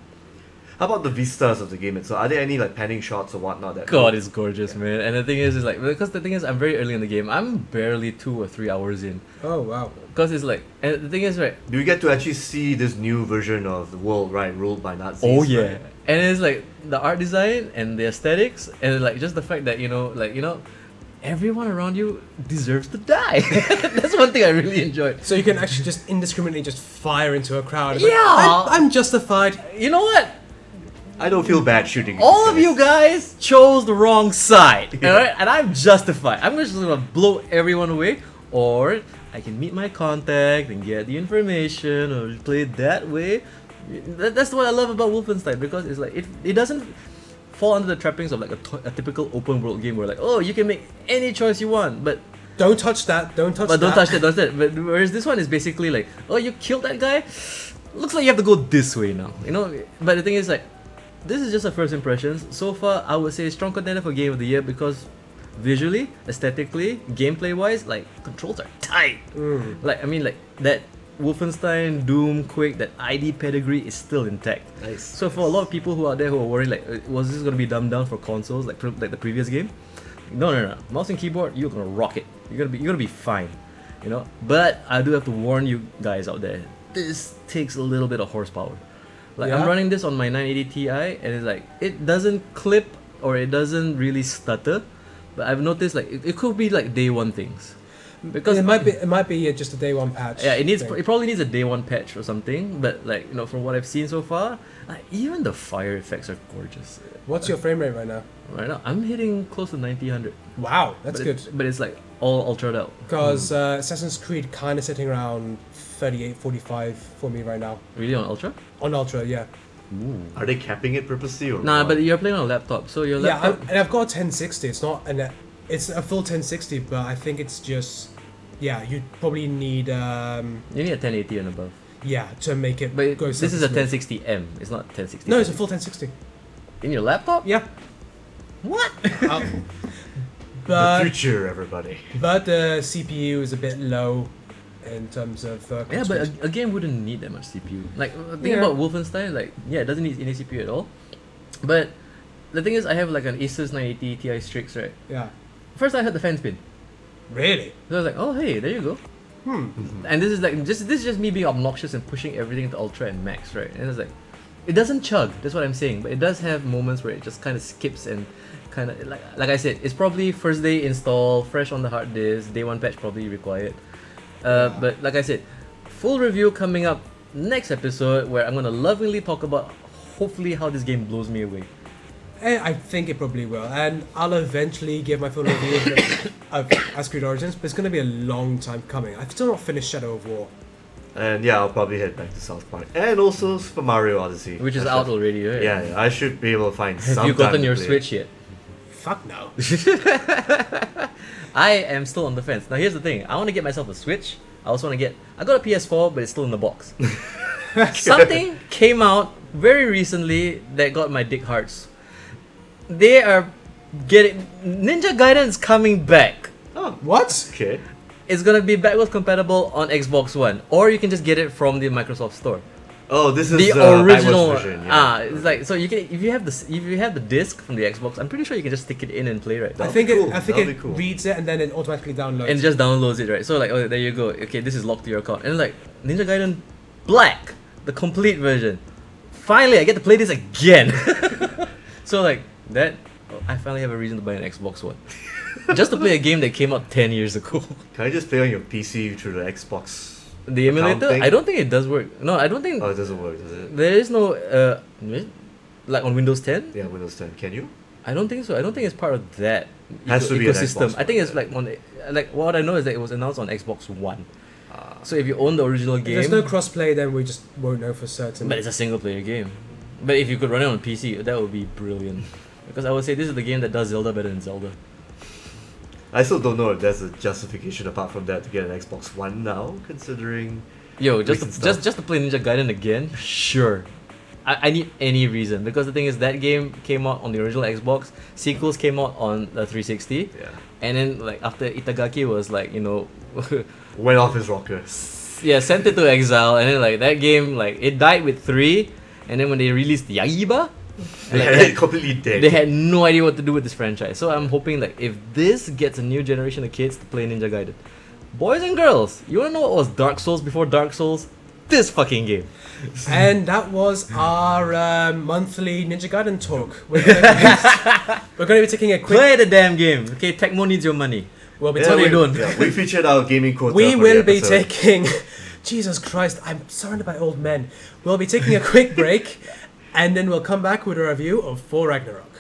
C: How about the vistas of the game itself? Are there any like panning shots or whatnot? That
A: God, it's gorgeous, man. And the thing is, is like because the thing is, I'm very early in the game. I'm barely two or three hours in.
B: Oh wow.
A: Cause it's like, and the thing is, right?
C: Do you get to actually see this new version of the world, right, ruled by Nazis?
A: Oh yeah,
C: right?
A: and it's like the art design and the aesthetics and like just the fact that you know, like you know, everyone around you deserves to die. That's one thing I really enjoyed.
B: So you can actually just indiscriminately just fire into a crowd. It's
A: Yeah.
B: I'm, I'm justified.
A: You know what?
C: I don't feel bad shooting. these
A: All of
C: guys.
A: you guys chose the wrong side,
C: Yeah.
A: all right? And I'm justified. I'm just gonna blow everyone away, or I can meet my contact and get the information, or play it that way. That, that's what I love about Wolfenstein because it's like it, it doesn't fall under the trappings of like a, to- a typical open world game where like oh you can make any choice you want, but
B: Don't touch that. Don't touch
A: but
B: that.
A: don't touch that, don't touch that. But whereas this one is basically like, oh, you killed that guy. Looks like you have to go this way now. You know. But the thing is, like, this is just a first impressions. So far, I would say strong contender for game of the year because visually, aesthetically, gameplay wise, like controls are tight.
B: Mm.
A: Like I mean, like that Wolfenstein, Doom, Quake, that ID pedigree is still intact.
C: Nice.
A: So for a lot of people who are there who are worried, like, uh, was this gonna be dumbed down for consoles, like pre- like the previous game? No, no, no. Mouse and keyboard, you're gonna rock it. You're gonna be you're gonna be fine, you know. But I do have to warn you guys out there. This takes a little bit of horsepower. Like I'm
B: Yeah.
A: running this on my 980 Ti, and it's like it doesn't clip or it doesn't really stutter. But I've noticed like it, it could be like day one things, because
B: it might be. It might be uh, just a day one patch.
A: yeah, it needs.
B: thing.
A: It probably needs a day one patch or something. But like you know, from what I've seen so far, like, even the fire effects are gorgeous.
B: What's your frame rate right now?
A: Right now, I'm hitting close to 90, 100.
B: Wow, that's
A: but Hmm.
B: good.
A: It's, but it's like all altered out.
B: Because uh, Assassin's Creed kind of sitting around 38, 45 for me right now
A: Really on ultra?
B: on Ultra. Yeah.
C: Are they capping it purposely or?
A: Nah,
C: what?
A: but you're playing on a laptop, so your
B: Yeah,
A: laptop.
B: I'm, and I've got a 1060. It's not an. It's a full 1060, but I think it's just. Yeah, you probably need. Um,
A: you need a 1080 and above.
B: yeah, to make it
A: But
B: go.
A: this is a
B: super smooth.
A: 1060M. It's not 1060.
B: No, it's a full 1060.
A: in your laptop.
B: Yeah.
A: What?
B: I'll-
C: the
B: but
C: future, everybody.
B: but the CPU is a bit low in terms of. Uh,
A: Yeah, but
B: consumption.
A: a, a game wouldn't need that much CPU. Like uh, think
B: Yeah.
A: about Wolfenstein, like yeah, it doesn't need any CPU at all. But the thing is, I have like an Asus 980 Ti Strix, right?
B: yeah.
A: First, I heard the fan spin.
B: Really?
A: So I was like, oh hey, there you go.
B: Hmm.
A: And this is like just this is just me being obnoxious and pushing everything to ultra and max, right? And it's like, It doesn't chug. That's what I'm saying. But it does have moments where it just kind of skips and kind of like like I said, it's probably first day install, fresh on the hard disk, day one patch probably required. Uh, But like I said, full review coming up next episode where I'm gonna lovingly talk about hopefully how this game blows me away.
B: Eh, I think it probably will, and I'll eventually give my full review of, of Ascreed Origins, but it's going to be a long time coming. I've still not finished Shadow of War.
C: And yeah, I'll probably head back to South Park. And also Super Mario Odyssey.
A: Which is
C: I
A: out
C: should-
A: already, right?
C: Yeah, yeah, I should be able to find
A: Have
C: some
A: you
C: time
A: gotten
C: to
A: your
C: play.
A: Switch yet?
B: Fuck no.
A: I am still on the fence. Now here's the thing. I want to get myself a Switch. I also want to get. I got a PS4, but it's still in the box. Something came out very recently that got my dick hearts. They are getting Ninja Gaiden is coming back.
C: Oh,
B: What?
C: okay.
A: It's gonna be backwards compatible on Xbox One, or you can just get it from the Microsoft Store.
C: Oh, this is
A: The
C: uh, iOS
A: original,
C: version, yeah.
A: ah, it's like so you can if you have the s- if you have the disc from the Xbox, I'm pretty sure you can just stick it in and play right.
B: I
C: That'll
B: think
C: be
B: it.
C: cool,
B: I think
C: that'll
B: it
C: be cool.
B: reads it and then it automatically downloads.
A: and it just downloads it, right? So like, oh, there you go. Okay, this is locked to your account. And like Ninja Gaiden Black, the complete version. Finally, I get to play this again. so like that, oh, I finally have a reason to buy an Xbox One, just to play a game that came out ten years ago.
C: Can I just play on your PC through the Xbox?
A: The
C: Account
A: emulator,
C: thing?
A: I don't think it does work. No, I don't think
C: Oh, it doesn't work, does it?
A: there is no uh, wait, like on Windows 10.
C: Yeah, Windows 10. Can you?
A: I don't think so. I don't think it's part of that
C: Has to be an Xbox
A: I think it's
C: One,
A: like on like what I know is that it was announced on Xbox One.
C: Ah.
A: So if you own the original
B: if
A: game,
B: there's no crossplay, then we just won't know for certain.
A: But it's a single player game. But if you could run it on PC, that would be brilliant. Because I would say this is the game that does Zelda better than Zelda.
C: I still don't know if there's a justification apart from that to get an Xbox One now, considering.
A: Yo, just
C: Recent
A: to,
C: stuff.
A: just just to play Ninja Gaiden again? Sure. I, I need any reason because the thing is that game came out on the original Xbox, sequels came out on the 360,
C: Yeah.
A: and then like after Itagaki was like you know,
C: Went off his rocker.
A: yeah sent it to exile, and then like that game like it died with three, and then when they released Yaiba,
C: They
A: like,
C: had
A: that-
C: it completely dead.
A: they had no idea what to do with this franchise. So I'm hoping like if this gets a new generation of kids to play Ninja Gaiden, boys and girls, you wanna know what was Dark Souls before Dark Souls? This fucking game.
B: And that was our uh, monthly Ninja Garden talk. We're going to be taking a quick.
A: Play the damn game. Okay, Tecmo needs your money.
B: We'll be
C: Yeah,
A: That's what
B: taking
A: we
C: we,
A: doing.
C: yeah, we featured our gaming quota.
B: We
C: for the
B: will be
C: episode.
B: taking. Jesus Christ, I'm surrounded by old men. We'll be taking a quick break, and then we'll come back with a review of Thor Ragnarok.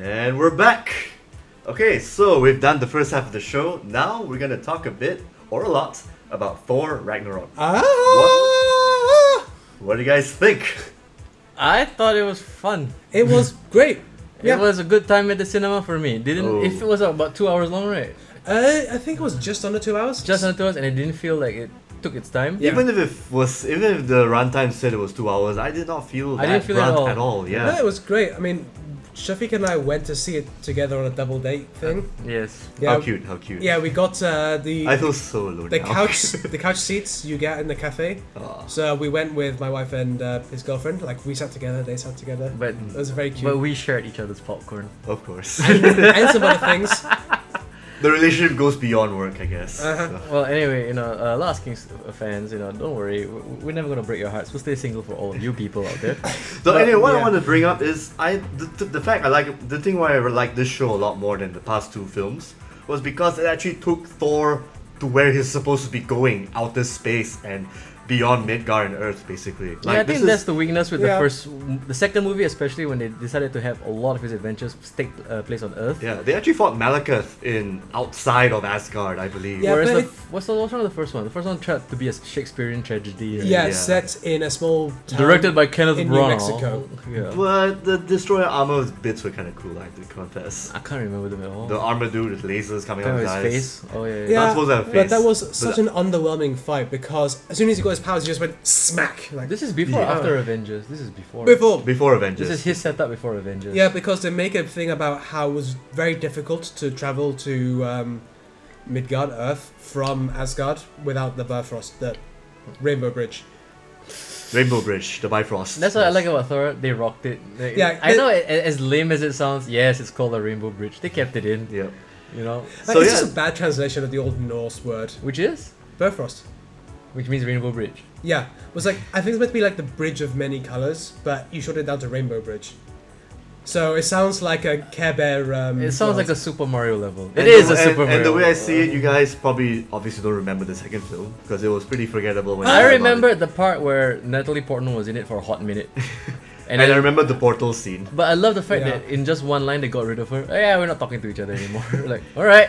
C: And we're back! Okay, so we've done the first half of the show. Now we're gonna talk a bit, or a lot, about Thor Ragnarok.
B: Ah!
C: What do you guys think?
A: I thought it was fun.
B: It was great. Yeah.
A: It was a good time at the cinema for me. Didn't
C: Oh.
A: if it was about two hours long, right?
B: Uh, I think it was just under two hours.
A: Just under two hours, and it didn't feel like it took its time.
B: Yeah.
C: Even if it was, even if the runtime said it was two hours, I did not feel
A: I
C: that
A: didn't feel it at
C: brunt
A: all.
B: No,
C: Yeah.
B: it was great. I mean, Shafiq and I went to see it together on a double date thing.
A: Yes.
B: Yeah,
C: How cute! How cute!
B: Yeah, we got uh, the
C: I feel so alone
B: the
C: now.
B: couch the couch seats you get in the cafe.
C: Aw.
B: So we went with my wife and uh, his girlfriend. Like we sat together, they sat together.
A: But
B: It was very cute.
A: but we shared each other's popcorn.
C: Of course.
B: and some other things.
C: the relationship goes beyond work, I guess.
B: Uh-huh.
A: Well, anyway, you know, uh, Last Kings uh, fans, you know, don't worry. w- w- We're never gonna break your hearts. We'll stay single for all of you people out there.
C: So, so
B: But,
C: anyway, what
B: yeah.
C: I want to bring up is I the, the, the fact I like the thing why I like this show a lot more than the past two films was because it actually took Thor to where he's supposed to be going, outer space and beyond Midgard and Earth, basically. Like
A: yeah, I
C: this
A: think
C: is-
A: that's the weakness with
B: Yeah.
A: the first, the second movie, especially when they decided to have a lot of his adventures take uh, place on Earth.
C: Yeah, they actually fought Malekith in outside of Asgard, I believe.
B: Yeah,
A: Whereas
B: but
A: the,
B: it-
A: what's the what's wrong with the first one? The first one tried to be a Shakespearean tragedy.
B: Yeah,
C: Yeah.
B: set in a small town.
A: Directed by Kenneth
B: in New
A: Branagh.
B: Mexico.
A: Yeah.
C: But the destroyer armor bits were kind of cool, I have to confess.
A: I can't remember them at all.
C: The armor dude with lasers coming out
A: Kind
C: of
A: of
C: his
A: his
C: eyes.
A: face. Oh yeah. yeah.
B: Yeah,
C: supposed to have a
B: but that
C: face,
B: was
C: but
B: such
C: that-
B: an underwhelming fight because as soon as he got his powers, he just went smack. Like
A: This is before
C: Yeah.
A: after Avengers. This is before.
B: before.
C: Before Avengers.
A: This is his setup before Avengers.
B: Yeah, because they make a thing about how it was very difficult to travel to um, Midgard, Earth, from Asgard without the Bifrost, the Rainbow Bridge.
C: Rainbow Bridge, the Bifrost.
A: That's what I like about Thor. They rocked it. Like,
B: Yeah,
A: I
B: they-
A: know it, as lame as it sounds. Yes, it's called a Rainbow Bridge. They kept it in.
C: Yeah.
A: You know,
B: Like,
C: So
B: it's
C: yeah.
B: just a bad translation of the old Norse word
A: which is
B: Bifrost.
A: which means Rainbow Bridge.
B: Yeah, it was like I think it's meant to be like the bridge of many colors, but you shortened it down to Rainbow Bridge. So it sounds like a Care Bear. Um,
A: It sounds
B: world.
A: like a Super Mario level. It
C: Mm, And
A: is
C: the,
A: a
C: and-
A: Super
C: and,
A: Mario.
C: the way I
A: level.
C: see it, you guys probably obviously don't remember the second film because it was pretty forgettable. When you
A: I
C: heard about
A: remember
C: it.
A: the part where Natalie Portman was in it for a hot minute,
C: and,
A: then-
C: I remember the portal scene.
A: But I love the fact
B: Yeah.
A: that in just one line they got rid of her. "Oh, yeah, we're not talking to each other anymore. like, all right,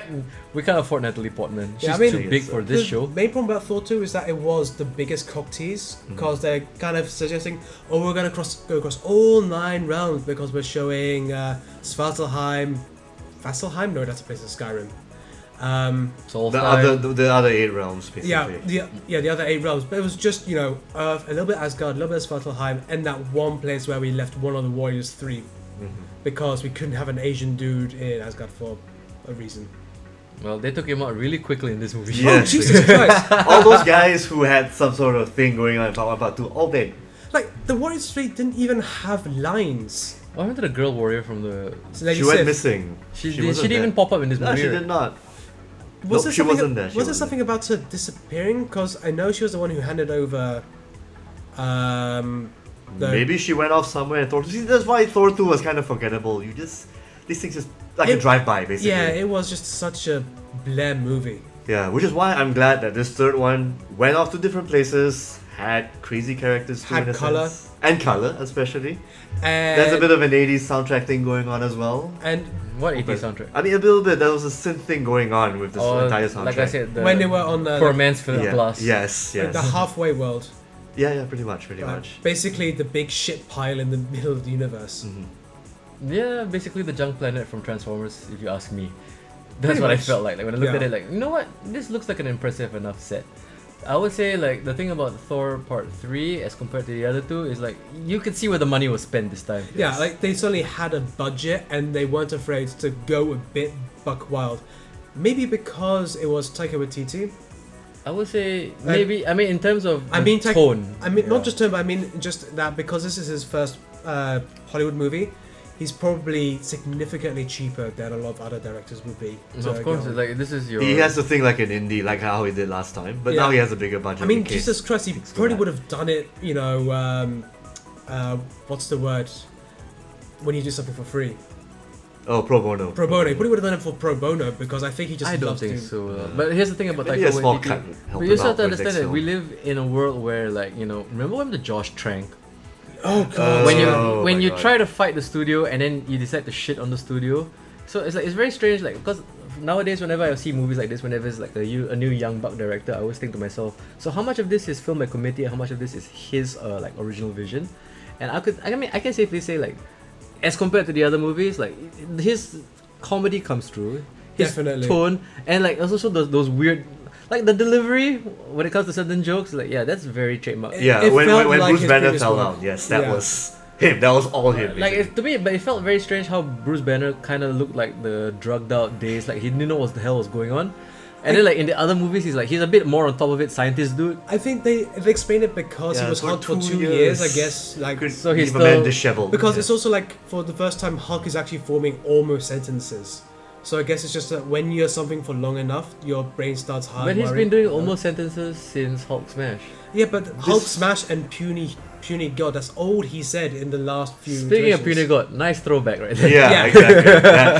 A: we can't afford Natalie Portman. She's
B: Yeah, I mean-
A: too big for this
B: the
A: show.
B: main problem about Thor 2 is that it was the biggest cock tease
A: Mm-hmm.
B: because they're kind of suggesting, oh, we're going to cross go across all nine realms because we're showing uh, Svartalheim. Vasselheim? No, that's a place in Skyrim. Um,
A: Solstheim.
C: The other, the, the other eight realms, basically.
B: yeah, the, yeah, the other eight realms. But it was just, you know, Earth, a little bit Asgard, a little bit Svartalheim, and that one place where we left one of the Warriors 3
C: Mm-hmm.
B: because we couldn't have an Asian dude in Asgard for a reason.
A: Well, they took him out really quickly in this movie.
C: Yeah.
B: Oh, Jesus Christ!
C: all those guys who had some sort of thing going on in Power Part Two, all dead.
B: Like the Warriors Three didn't even have lines.
A: What happened to the girl warrior from the?
B: So like
C: she
B: you
C: went
B: said,
C: missing.
A: She,
C: She
A: did,
C: wasn't
A: she didn't even
C: there.
A: pop up in this
C: No,
A: movie.
C: she did not.
B: Was
C: Nope,
B: there
C: she
B: something-
C: wasn't there, she
B: was there
C: wasn't
B: something about her disappearing? Because I know she was the one who handed over. Um, the,
C: Maybe she went off somewhere and Thor. See, that's why Thor 2 was kind of forgettable. You just. These things just. Like a
B: It-
C: drive by, basically.
B: Yeah, it was just such a Blair movie.
C: Yeah, which is why I'm glad that this third one went off to different places, had crazy characters too,
B: Had
C: in a
B: colour.
C: sense. And color, especially.
B: And,
C: There's a bit of an 80s soundtrack thing going on as well.
B: And
A: What 80s
C: But-
A: soundtrack?
C: I mean, a little bit. There was a synth thing going on with this
A: Or,
C: entire soundtrack.
A: like I said, the
B: when they were on the
A: poor man's film
C: yeah.
A: blast.
C: Yes,
B: like
C: yes.
B: the halfway world,
C: yeah, yeah, pretty much, pretty
B: like,
C: much.
B: basically the big shit pile in the middle of the universe.
A: Mm. Yeah, basically the junk planet from Transformers, if you ask me. That's
B: Pretty
A: what I
B: much.
A: felt like. Like when I looked at
B: Yeah.
A: it, like you know what, this looks like an impressive enough set. I would say like the thing about Thor Part Three as compared to the other two is like you could see where the money was spent this time.
B: Yeah, like they suddenly had a budget and they weren't afraid to go a bit buck wild. Maybe because it was Taika Waititi.
A: I would say
B: Like-
A: maybe. I mean, in terms of
B: I
A: the
B: mean, tech-
A: tone.
B: I mean,
A: yeah.
B: not just him, but I mean just that because this is his first uh, Hollywood movie, he's probably significantly cheaper than a lot of other directors would be.
A: No,
B: to
A: of course,
B: go.
A: it's like this is your.
C: He has to think like an indie, like how he did last time, but
B: Yeah.
C: now he has a bigger budget.
B: I mean,
C: in case-
B: Jesus Christ, he
C: things go
B: probably
C: bad.
B: would have done it, you know, um, uh, what's the word? When you do something for free.
C: Oh, pro bono.
B: Pro bono. He probably would have done it for pro bono because I think he just
A: I don't
B: loves
A: think
B: to-
A: so. uh, But here's the thing about
C: Maybe
A: Taika
C: a small
A: Waititi.
C: cut would help
A: But
C: him
A: you just have
C: out
A: to
C: with
A: understand
C: his next
A: that we
C: film.
A: live in a world where, like, you know, remember when the Josh Trank
B: Oh, God.
A: when you
C: Oh
A: when
C: my
A: you
C: God.
A: try to fight the studio and then you decide to shit on the studio. So it's like it's very strange, like because nowadays whenever I see movies like this, whenever it's like a, you- a new young buck director, I always think to myself, so how much of this is filmed by committee, and how much of this is his uh, like original vision? And I could, I mean, I can safely say like, as compared to the other movies, like his comedy comes through, his
B: Definitely.
A: tone, and like also those, those weird. Like the delivery when it comes to certain jokes, like yeah, that's very trademark.
B: It-
C: Yeah, when,
B: felt
C: when, when
B: like
C: Bruce
B: his
C: Banner
B: previous
C: fell
B: work.
C: down, yes, that
B: Yeah.
C: was him. That was all him.
A: Like
C: basically.
A: it, to me, but it felt very strange how Bruce Banner kind of looked like the drugged out days, like he didn't know what the hell was going on. And then like in the other movies, he's like he's a bit more on top of it, scientist dude.
B: I think they, they explained it because
C: Yeah,
B: he was
C: for
B: hot for
C: two
B: two years,
C: years.
B: I guess. Like
C: Could
A: so he's
C: leave a man
A: still-
C: disheveled.
B: because
C: yeah.
B: it's also like for the first time, Hulk is actually forming almost sentences. So I guess it's just that when you're something for long enough, your brain starts hard.
A: but he's been doing almost sentences since Hulk Smash.
B: Yeah, but Hulk smash and puny puny god. That's all he said in the last few.
A: Speaking of
B: iterations.
A: Puny God, nice throwback right there.
C: yeah,
B: Yeah.
C: exactly. That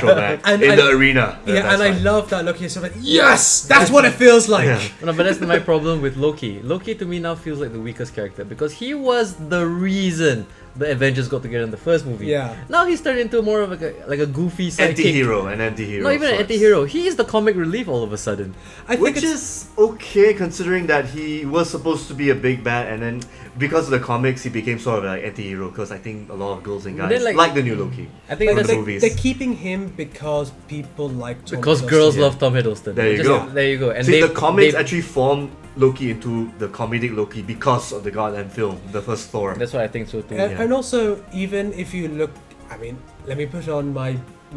C: throwback
B: And
C: in
B: I-
C: the arena. That-
B: Yeah,
C: that's
B: and I
C: fine.
B: love that look. He's like, yes, that's what it feels like.
C: Yeah.
A: No, but that's my problem with Loki. Loki to me now feels like the weakest character because he was the reason the Avengers got together in the first movie.
B: Yeah.
A: Now he's turned into more of like a like a goofy sidekick.
C: anti-hero, an anti-hero.
A: Not even an
C: sorts.
A: anti-hero. He is the comic relief all of a sudden.
B: I think
C: Which
B: it's,
C: is okay considering that he was supposed to be a big bad, and then because of the comics, he became sort of like anti-hero. Because I think a lot of girls and
A: But
C: guys
A: then,
C: like,
A: like-
C: the new Loki.
A: I think
C: Like
A: that's
B: they,
C: movies.
B: They're keeping him because people like. Tom
A: because
B: Hiddleston.
A: girls
C: yeah.
A: love Tom Hiddleston.
C: There you
A: Just-
C: go.
A: There you go. And
C: See,
A: they,
C: the comics
A: they-
C: actually formed Loki into the comedic Loki because of the Godland film, the first Thor.
A: That's what I think so too.
B: And,
C: Yeah.
B: and also, even if you look, I mean, let me put on my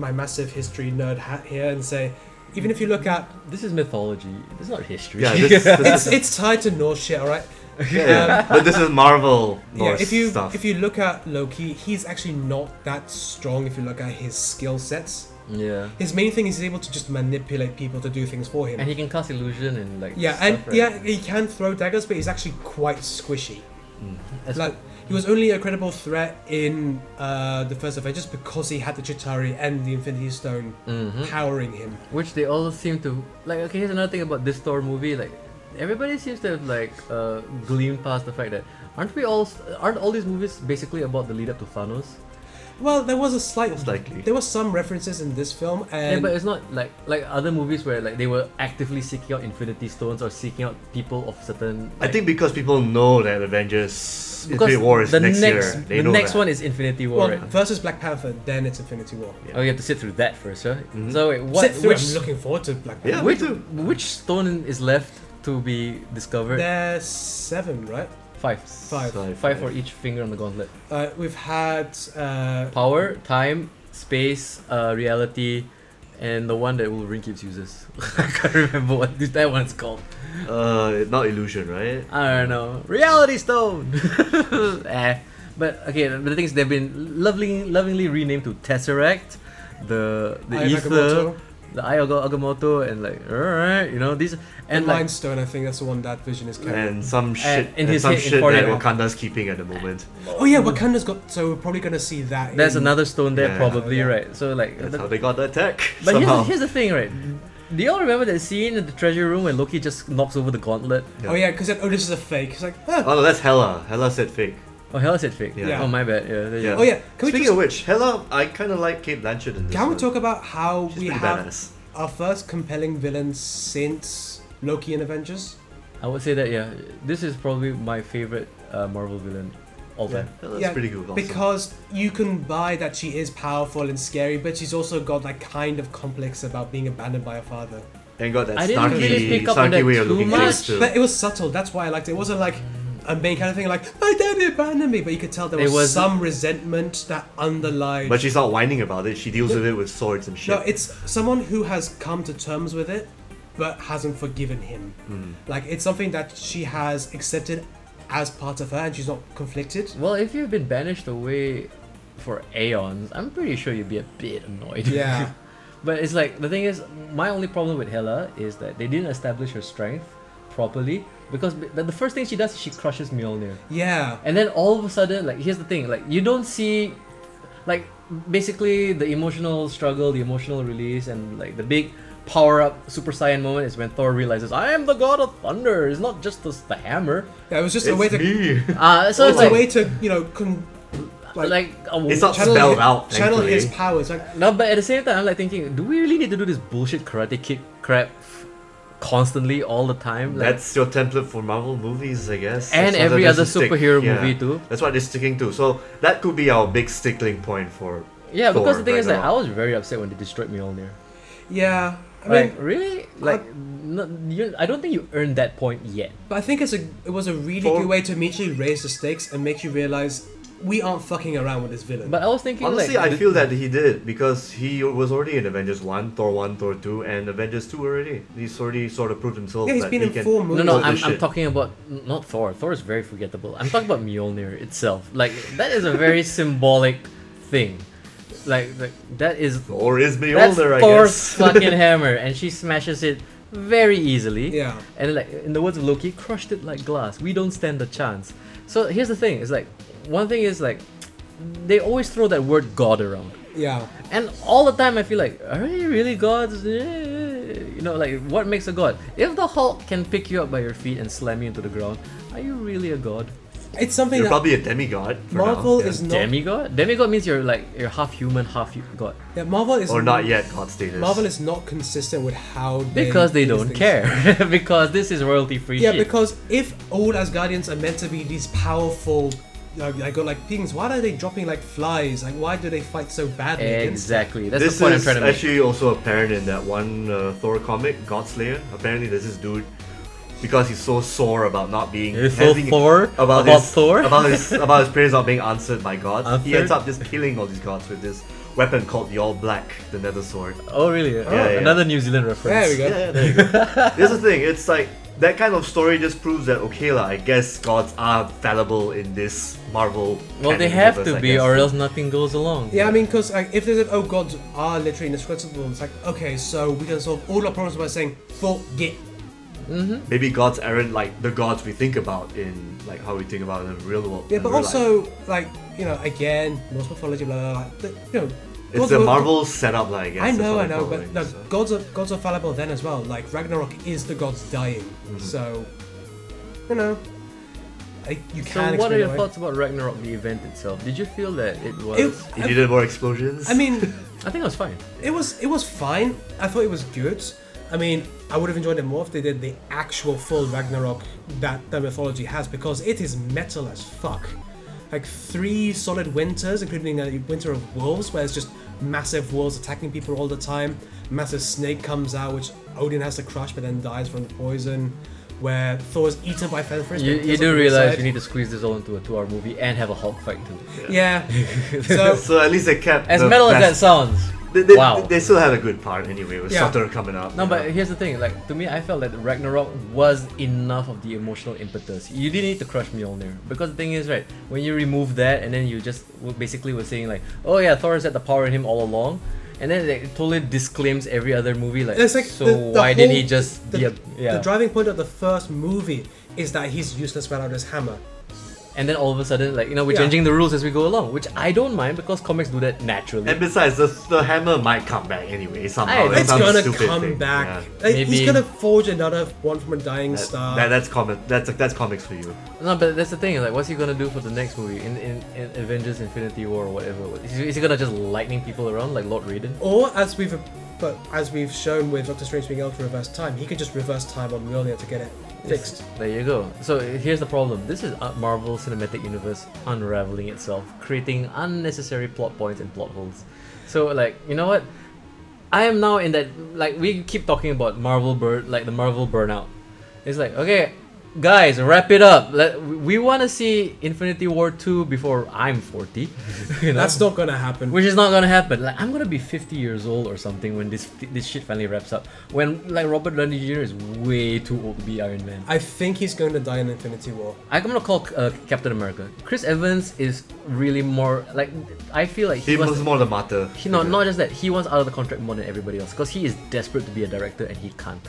B: my massive history nerd hat here and say, even if you look at,
A: This is mythology. This is not history.
C: Yeah, this, this
B: it's
C: is,
B: it's tied to Norse shit, all right.
C: yeah, yeah. but this is Marvel
B: Yeah,
C: Norse
B: if you
C: stuff.
B: if you look at Loki, he's actually not that strong. If you look at his skill sets,
A: Yeah.
B: His main thing is he's able to just manipulate people to do things for him.
A: And he can cast illusion and like.
B: yeah,
A: stuff,
B: and
A: right?
B: yeah, he can throw daggers, but he's actually quite squishy.
C: Hmm.
A: That's
B: like he was only a credible threat in uh, the first Avengers because he had the Chitari and the Infinity Stone
A: Mhm.
B: powering him.
A: Which they all seem to like. Okay, here's another thing about this Thor movie. Like, everybody seems to have like uh, gleamed past the fact that aren't we all aren't all these movies basically about the lead up to Thanos?
B: Well, there was a slight,
C: Slightly.
B: there was some references in this film,
A: Yeah,
B: and
A: but it's not like like other movies where like they were actively seeking out Infinity Stones or seeking out people of certain.
C: I
A: like-
C: think because people know that Avengers
A: because
C: Infinity War is
A: the
C: next,
A: next,
C: year, they
A: the
C: know
A: next
C: that.
A: one is Infinity War.
B: well,
A: right?
B: versus Black Panther, then it's Infinity War.
C: Yeah.
A: Oh, you have to sit through that first, right?
C: Mhm.
A: So wait, what?
B: Sit through,
A: which,
B: I'm looking forward to Black
C: Yeah,
B: Panther.
A: which,
C: me too.
A: which stone is left to be discovered?
B: There's seven, right?
A: Five.
B: Five.
C: Five,
A: Five for each finger on the gauntlet.
B: Uh, we've had uh,
A: Power, time, space, uh, reality, and the one that Wolverine keeps uses. I can't remember what this- that one's called.
C: Uh, not illusion, right?
A: I don't know. Reality Stone. eh. But okay, the the thing is, they've been lovingly, lovingly renamed to Tesseract, the the
B: Eye of
A: Ether,
B: Agamotto,
A: the Eye of Aga- Agamotto, and like all right, you know these
B: and
A: and
B: Mind
A: like
B: Stone. I think that's the one that Vision is carrying.
C: And some shit,
A: in
C: and
A: his
C: some
A: head, in
C: shit that
A: Fortnite.
C: Wakanda's keeping at the moment.
B: oh yeah, Wakanda's got. So we're probably gonna see that.
A: there's
B: in-
A: another stone there
C: Yeah.
A: probably
B: Yeah.
A: right. So like,
C: That's
A: the-
C: how they got the attack.
A: but here's,
C: somehow.
A: the- here's the thing, right? Do y'all remember that scene in the treasure room when Loki just knocks over the gauntlet?
B: Oh yeah, because oh this is a fake. It's like huh.
C: Oh no, that's Hela. Hela said fake.
A: Oh hell, is it fake?
C: Yeah.
A: Oh my bad. Yeah. there you
C: Yeah.
A: go.
B: oh yeah. Can we
C: Speaking
B: just,
C: of which, uh, Hela, I kind of like Kate Blanchett in this.
B: can we
C: one.
B: talk about how
C: She's
B: we
C: pretty
B: have
C: badass.
B: our first compelling villain since Loki and Avengers?
A: I would say that yeah. This is probably my favorite uh, Marvel villain all
B: Yeah.
A: time.
C: Hela's
B: Yeah,
C: pretty good. Also.
B: Because you can buy that she is powerful and scary, but she's also got that kind of complex about being abandoned by her father.
C: and got that
A: I didn't
C: snarky,
A: really pick up on
C: snarky
A: that
C: way of
A: too
C: looking
A: much,
C: things too.
B: But it was subtle. That's why I liked it. It wasn't like a main kind of thing. Like my daddy abandoned me, but you could tell there
A: It
B: was,
A: was-
B: some resentment that underlied.
C: But she's not whining about it. She deals with it with swords and shit.
B: No, it's someone who has come to terms with it, but hasn't forgiven him.
C: Hmm.
B: Like it's something that she has accepted as part of her, and she's not conflicted.
A: Well, if you've been banished away for aeons, I'm pretty sure you'd be a bit annoyed.
B: Yeah.
A: but it's like the thing is, my only problem with Hela is that they didn't establish her strength properly because b- the the first thing she does is she crushes Mjolnir,
B: Yeah.
A: and then all of a sudden, like here's the thing, like you don't see, like basically the emotional struggle, the emotional release, and like the big power up Super Saiyan moment is when Thor realizes I am the God of Thunder. It's not just the, the hammer.
B: yeah it was just
C: it's
B: a way to.
C: me.
A: Uh, so
B: It's
A: it's
B: a
A: like,
B: way to you know con- like,
A: like a
C: It's not
B: channel
C: spelled
B: hi-
C: out.
B: channel
C: thankfully.
B: his powers. Like
A: No, but at the same time, I'm like thinking, do we really need to do this bullshit karate kick crap constantly all the time? Like,
C: That's your template for Marvel movies, I guess.
A: and
C: That's what
A: every
C: they're
A: other
C: stick-
A: superhero
C: yeah.
A: movie too.
C: That's what they're sticking to. So that could be our big stickling point for.
A: Yeah, because the
C: Thor
A: thing is, like, I
C: Ragnarok.
A: was very upset when they destroyed Mjolnir.
B: yeah, I mean,
A: like, really? Like, no, you, I don't think you earned that point yet.
B: but I think it's a it was a really
C: For-
B: good way to immediately raise the stakes and make you realize we aren't fucking around with this villain.
A: But I was thinking,
C: Honestly,
A: like,
C: I feel that he did because he was already in Avengers One, Thor One, Thor Two, and Avengers Two already. He's already sort of proved himself.
B: yeah, he's
C: that
B: been
C: he
B: in
C: can,
B: four
A: No,
B: movies.
A: no,
C: Well,
A: I'm,
C: this
A: I'm
C: shit.
A: talking about n- not Thor. Thor is very forgettable. I'm talking about Mjolnir itself. Like, that is a very symbolic thing. Like, like that is
C: Thor is
A: That's
C: Mjolnir, I
A: Thor's
C: guess.
A: fucking hammer, and she smashes it very easily.
B: Yeah.
A: And like in the words of Loki, crushed it like glass. We don't stand a chance. So here's the thing: it's like one thing is like they always throw that word God around,
B: Yeah.
A: and all the time I feel like, are they really gods? Eh, You know, like what makes a god? If the Hulk can pick you up by your feet and slam you into the ground, are you really a god?
B: It's something
C: You're
B: that
C: probably a demigod. for now,
B: Marvel
C: yeah.
B: is not.
A: Demigod? Demigod means you're like you're half human, half hu- god.
B: Yeah, Marvel is
C: or not yet god status.
B: Marvel is not consistent with how they
A: Because they
B: do these
A: don't
B: things.
A: care. because this is royalty free
B: Yeah,
A: shit.
B: because if all Asgardians are meant to be these powerful, like, like go like things, why are they dropping like flies? Like why do they fight so badly? against-
A: Exactly. That's
C: this
A: the point I'm
C: is
A: trying to make.
C: actually also apparent in that one uh, Thor comic, Godslayer. Apparently, there's this dude because he's so sore about not being
A: He's so sore
C: about,
A: about
C: his
A: Thor?
C: about his about his prayers not being answered by gods. He
A: Answered?
C: ends up just killing all these gods with this weapon called the All Black, the Nether Sword.
A: Oh, really?
C: yeah.
A: Another New Zealand reference.
B: There we go.
C: Yeah, yeah there you go. Here's the thing: it's like that kind of story just proves that okay lah, I guess gods are fallible in this Marvel.
A: Well, they
C: canon
A: have
C: universe,
A: to
C: I
A: be,
C: guess.
A: or else nothing goes along.
B: Yeah, I mean, because like, if they said, "Oh, gods are literally indestructible," it's like, okay, so we can solve all our problems by saying forget.
C: maybe gods aren't like the gods we think about in like how we think about in the real world.
B: Yeah,
C: in
B: but
C: real life.
B: also like you know, again, Norse mythology, blah blah. blah the, you know,
C: it's
B: gods
C: the
B: were-
C: Marvel setup, like I guess.
B: I
C: that's
B: know,
C: what
B: I know,
C: call
B: but
C: it,
B: no,
C: so.
B: gods are gods are fallible then as well. Like Ragnarok is the gods dying, so you know, I, you can.
D: So, what are
B: explain
D: your
B: away.
D: thoughts about Ragnarok, the event itself? Did you feel that it was?
B: It-
C: You needed more explosions.
B: I mean,
D: I think it was fine.
B: it was it was fine. I thought it was good. I mean, I would have enjoyed it more if they did the actual full Ragnarok that the mythology has because it is metal as fuck. Like three solid winters, including a winter of wolves, where it's just massive wolves attacking people all the time. Massive snake comes out, which Odin has to crush, but then dies from the poison. Where Thor is eaten by Fenris.
A: You, you
B: but kills him
A: do
B: from
A: realize
B: inside.
A: you need to squeeze this all into a two-hour movie and have a Hulk fight too.
B: Yeah. so
C: so at least they kept
A: As
C: the
A: metal as that
C: best-
A: sounds,
C: They, they,
A: wow.
C: they still had a good part anyway with
B: Yeah.
C: Sutter coming up.
A: No,
C: you
A: but
C: know.
A: here's the thing. Like to me, I felt that Ragnarok was enough of the emotional impetus. You didn't need to crush Mjolnir because the thing is, right? When you remove that, and then you just w- basically were saying like, "Oh yeah, Thor has had the power in him all along," and then like, it totally disclaims every other movie. Like,
B: It's like
A: so
B: the- the
A: why didn't he
B: whole-
A: just
B: the,
A: be a yeah?
B: the driving point of the first movie is that he's useless without his hammer.
A: and then all of a sudden, like you know, we're
B: Yeah.
A: changing the rules as we go along, which I don't mind because comics do that naturally.
C: And besides, the, the hammer might come back anyway
A: Hey,
C: somehow. in
B: It's
C: some
B: gonna
C: stupid
B: come
C: thing, yeah.
B: back.
A: yeah.
B: Like, He's
A: Maybe.
B: gonna forge another one from a dying
C: That-
B: star.
C: that- that's comic. That's that's comics for you.
A: No, but that's the thing. Like, what's he gonna do for the next movie in, in, in Avengers: Infinity War or whatever? Is he, is he gonna just lightning people around like Lord Raiden?
B: or as we've but as we've shown with Doctor Strange being able to reverse time, he can just reverse time on Mjolnir to get it fixed.
A: There you go. So here's the problem. This is uh, Marvel Cinematic Universe unraveling itself, creating unnecessary plot points and plot holes. So like, you know what? I am now in that like we keep talking about Marvel burn like the Marvel burnout. It's like okay, guys, wrap it up. Let we want to see Infinity War two before I'm forty. you know?
B: That's not gonna happen.
A: which is not gonna happen. Like I'm gonna be 50 years old or something when this this shit finally wraps up. When like Robert Downey Jr. is way too old to be Iron Man.
B: I think he's going to die in Infinity War.
A: I'm gonna call uh, Captain America. Chris Evans is really more like I feel like he,
C: He
A: was.
C: was more the martyr.
A: he, no, not just that. He wants out of the contract more than everybody else because he is desperate to be a director and he can't.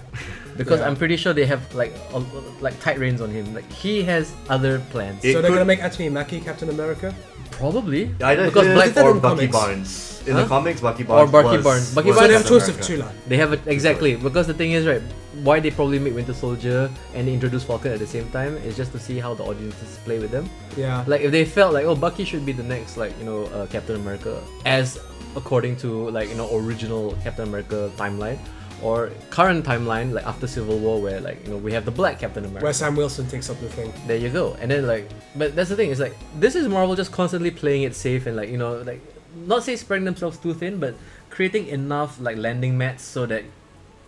A: Because
B: Yeah.
A: I'm pretty sure they have like a, like tight reins on him. Like he has other plans.
C: It
B: so they're
C: could-
B: gonna make Anthony Mackie Captain America.
A: Probably
C: Either
A: because
C: him
A: Black
B: that
C: or
B: in
C: Bucky
B: comics?
C: Barnes. In the
A: Huh?
C: comics, Bucky Barnes.
A: Bucky
C: was,
A: Barnes. Bucky Barnes
C: was
B: So they have a
C: Captain
B: choice of
C: America.
B: two line.
A: They have it exactly because the thing is right. Why they probably make Winter Soldier and they introduce Falcon at the same time is just to see how the audiences play with them.
B: Yeah.
A: Like if they felt like oh Bucky should be the next like you know uh, Captain America as according to like you know original Captain America timeline or current timeline like after Civil War where like you know we have the Black Captain America.
B: where Sam Wilson takes up the thing.
A: There you go. And then like but that's the thing, it's like this is Marvel just constantly playing it safe and like, you know, like not say spreading themselves too thin, but creating enough like landing mats so that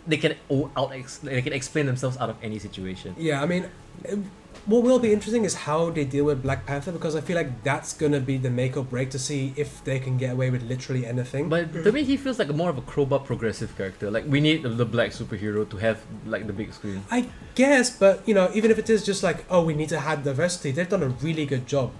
A: they can o- out ex- they can explain themselves out of any situation.
B: Yeah, I mean, it- what will be interesting is how they deal with Black Panther because I feel like that's gonna be the make or break to see if they can get away with literally anything.
A: But to me, he feels like more of a crowbar progressive character. Like we need the black superhero to have like the big screen.
B: I guess, but you know, even if it is just like, oh, we need to have diversity, they've done a really good job.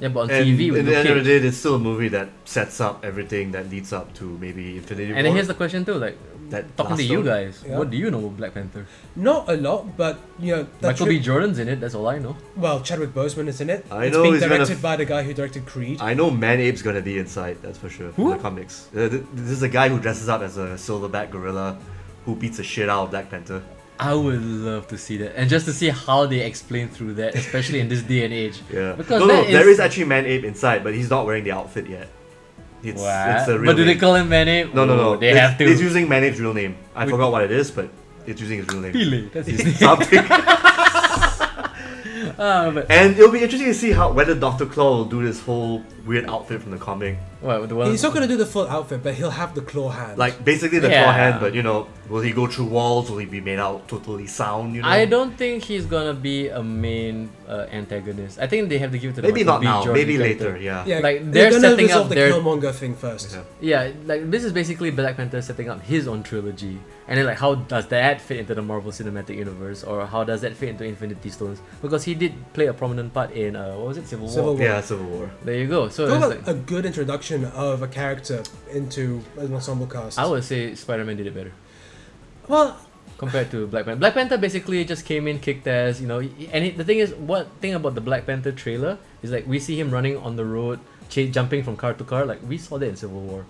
A: Yeah, but on
C: And
A: TV we
C: at the
A: look
C: end of the
A: at.
C: day, it's still a movie that sets up everything that leads up to maybe Infinity War.
A: And then here's the question too, like
C: That
A: talking to
C: last
A: you
C: one.
A: guys,
B: Yeah.
A: what do you know about Black Panther?
B: Not a lot, but you know, that
A: Michael
B: tri-
A: B. Jordan's in it. That's all I know.
B: well, Chadwick Boseman is in it.
C: I
B: it's
C: know
B: being
C: he's gonna
B: directed
C: f-
B: by the guy who directed Creed.
C: I know Man Ape's gonna be inside. That's for sure.
A: Who?
C: In the comics. Uh, th- this is a guy who dresses up as a silverback gorilla, who beats the shit out of Black Panther.
A: I would love to see that, and just to see how they explain through that, especially in this day and age.
C: Yeah.
A: Because
C: no, no,
A: that
C: there
A: is-
C: is actually Man Ape inside, but he's not wearing the outfit yet. It's,
A: What?
C: it's a real
A: but do they
C: name.
A: call him Manny?
C: No, no, no.
A: They
C: it's,
A: have to.
C: It's using Man Ape's real name. I
A: We-
C: forgot what it is, but it's using his real name.
A: Pele, That's his name.
C: Something.
A: Ah, but Ah,
C: And it'll be interesting to see how whether Doctor Claw will do this whole weird outfit from the comic.
A: What, the one?
B: He's not gonna do the full outfit, but he'll have the claw hand.
C: Like basically the
A: Yeah.
C: claw hand, but you know, will he go through walls? Will he be made out totally sound? You know,
A: I don't think he's gonna be a main uh, antagonist. I think they have to give it to the
C: Maybe
A: Michael
C: not
A: B.
C: now.
A: Jordan
C: maybe
A: character.
C: later. Yeah.
B: yeah,
A: like, they're
B: they're, gonna
A: setting
B: resolve
A: up
B: the
A: their-
B: Killmonger thing first.
C: Yeah.
A: Yeah, like this is basically Black Panther setting up his own trilogy, and then like how does that fit into the Marvel Cinematic Universe, or how does that fit into Infinity Stones? Because he did play a prominent part in uh, what was it, Civil War.
B: Civil War.
C: Yeah, Civil War.
A: There you go. So
B: Talk
A: it's
B: about
A: like,
B: a good introduction of a character into an ensemble cast.
A: I would say Spider-Man did it better
B: Well,
A: compared to Black Panther. Black Panther basically just came in, kicked ass, you know. he- And it, the thing is, what thing about the Black Panther trailer is like we see him running on the road, cha- jumping from car to car, like we saw that in Civil War.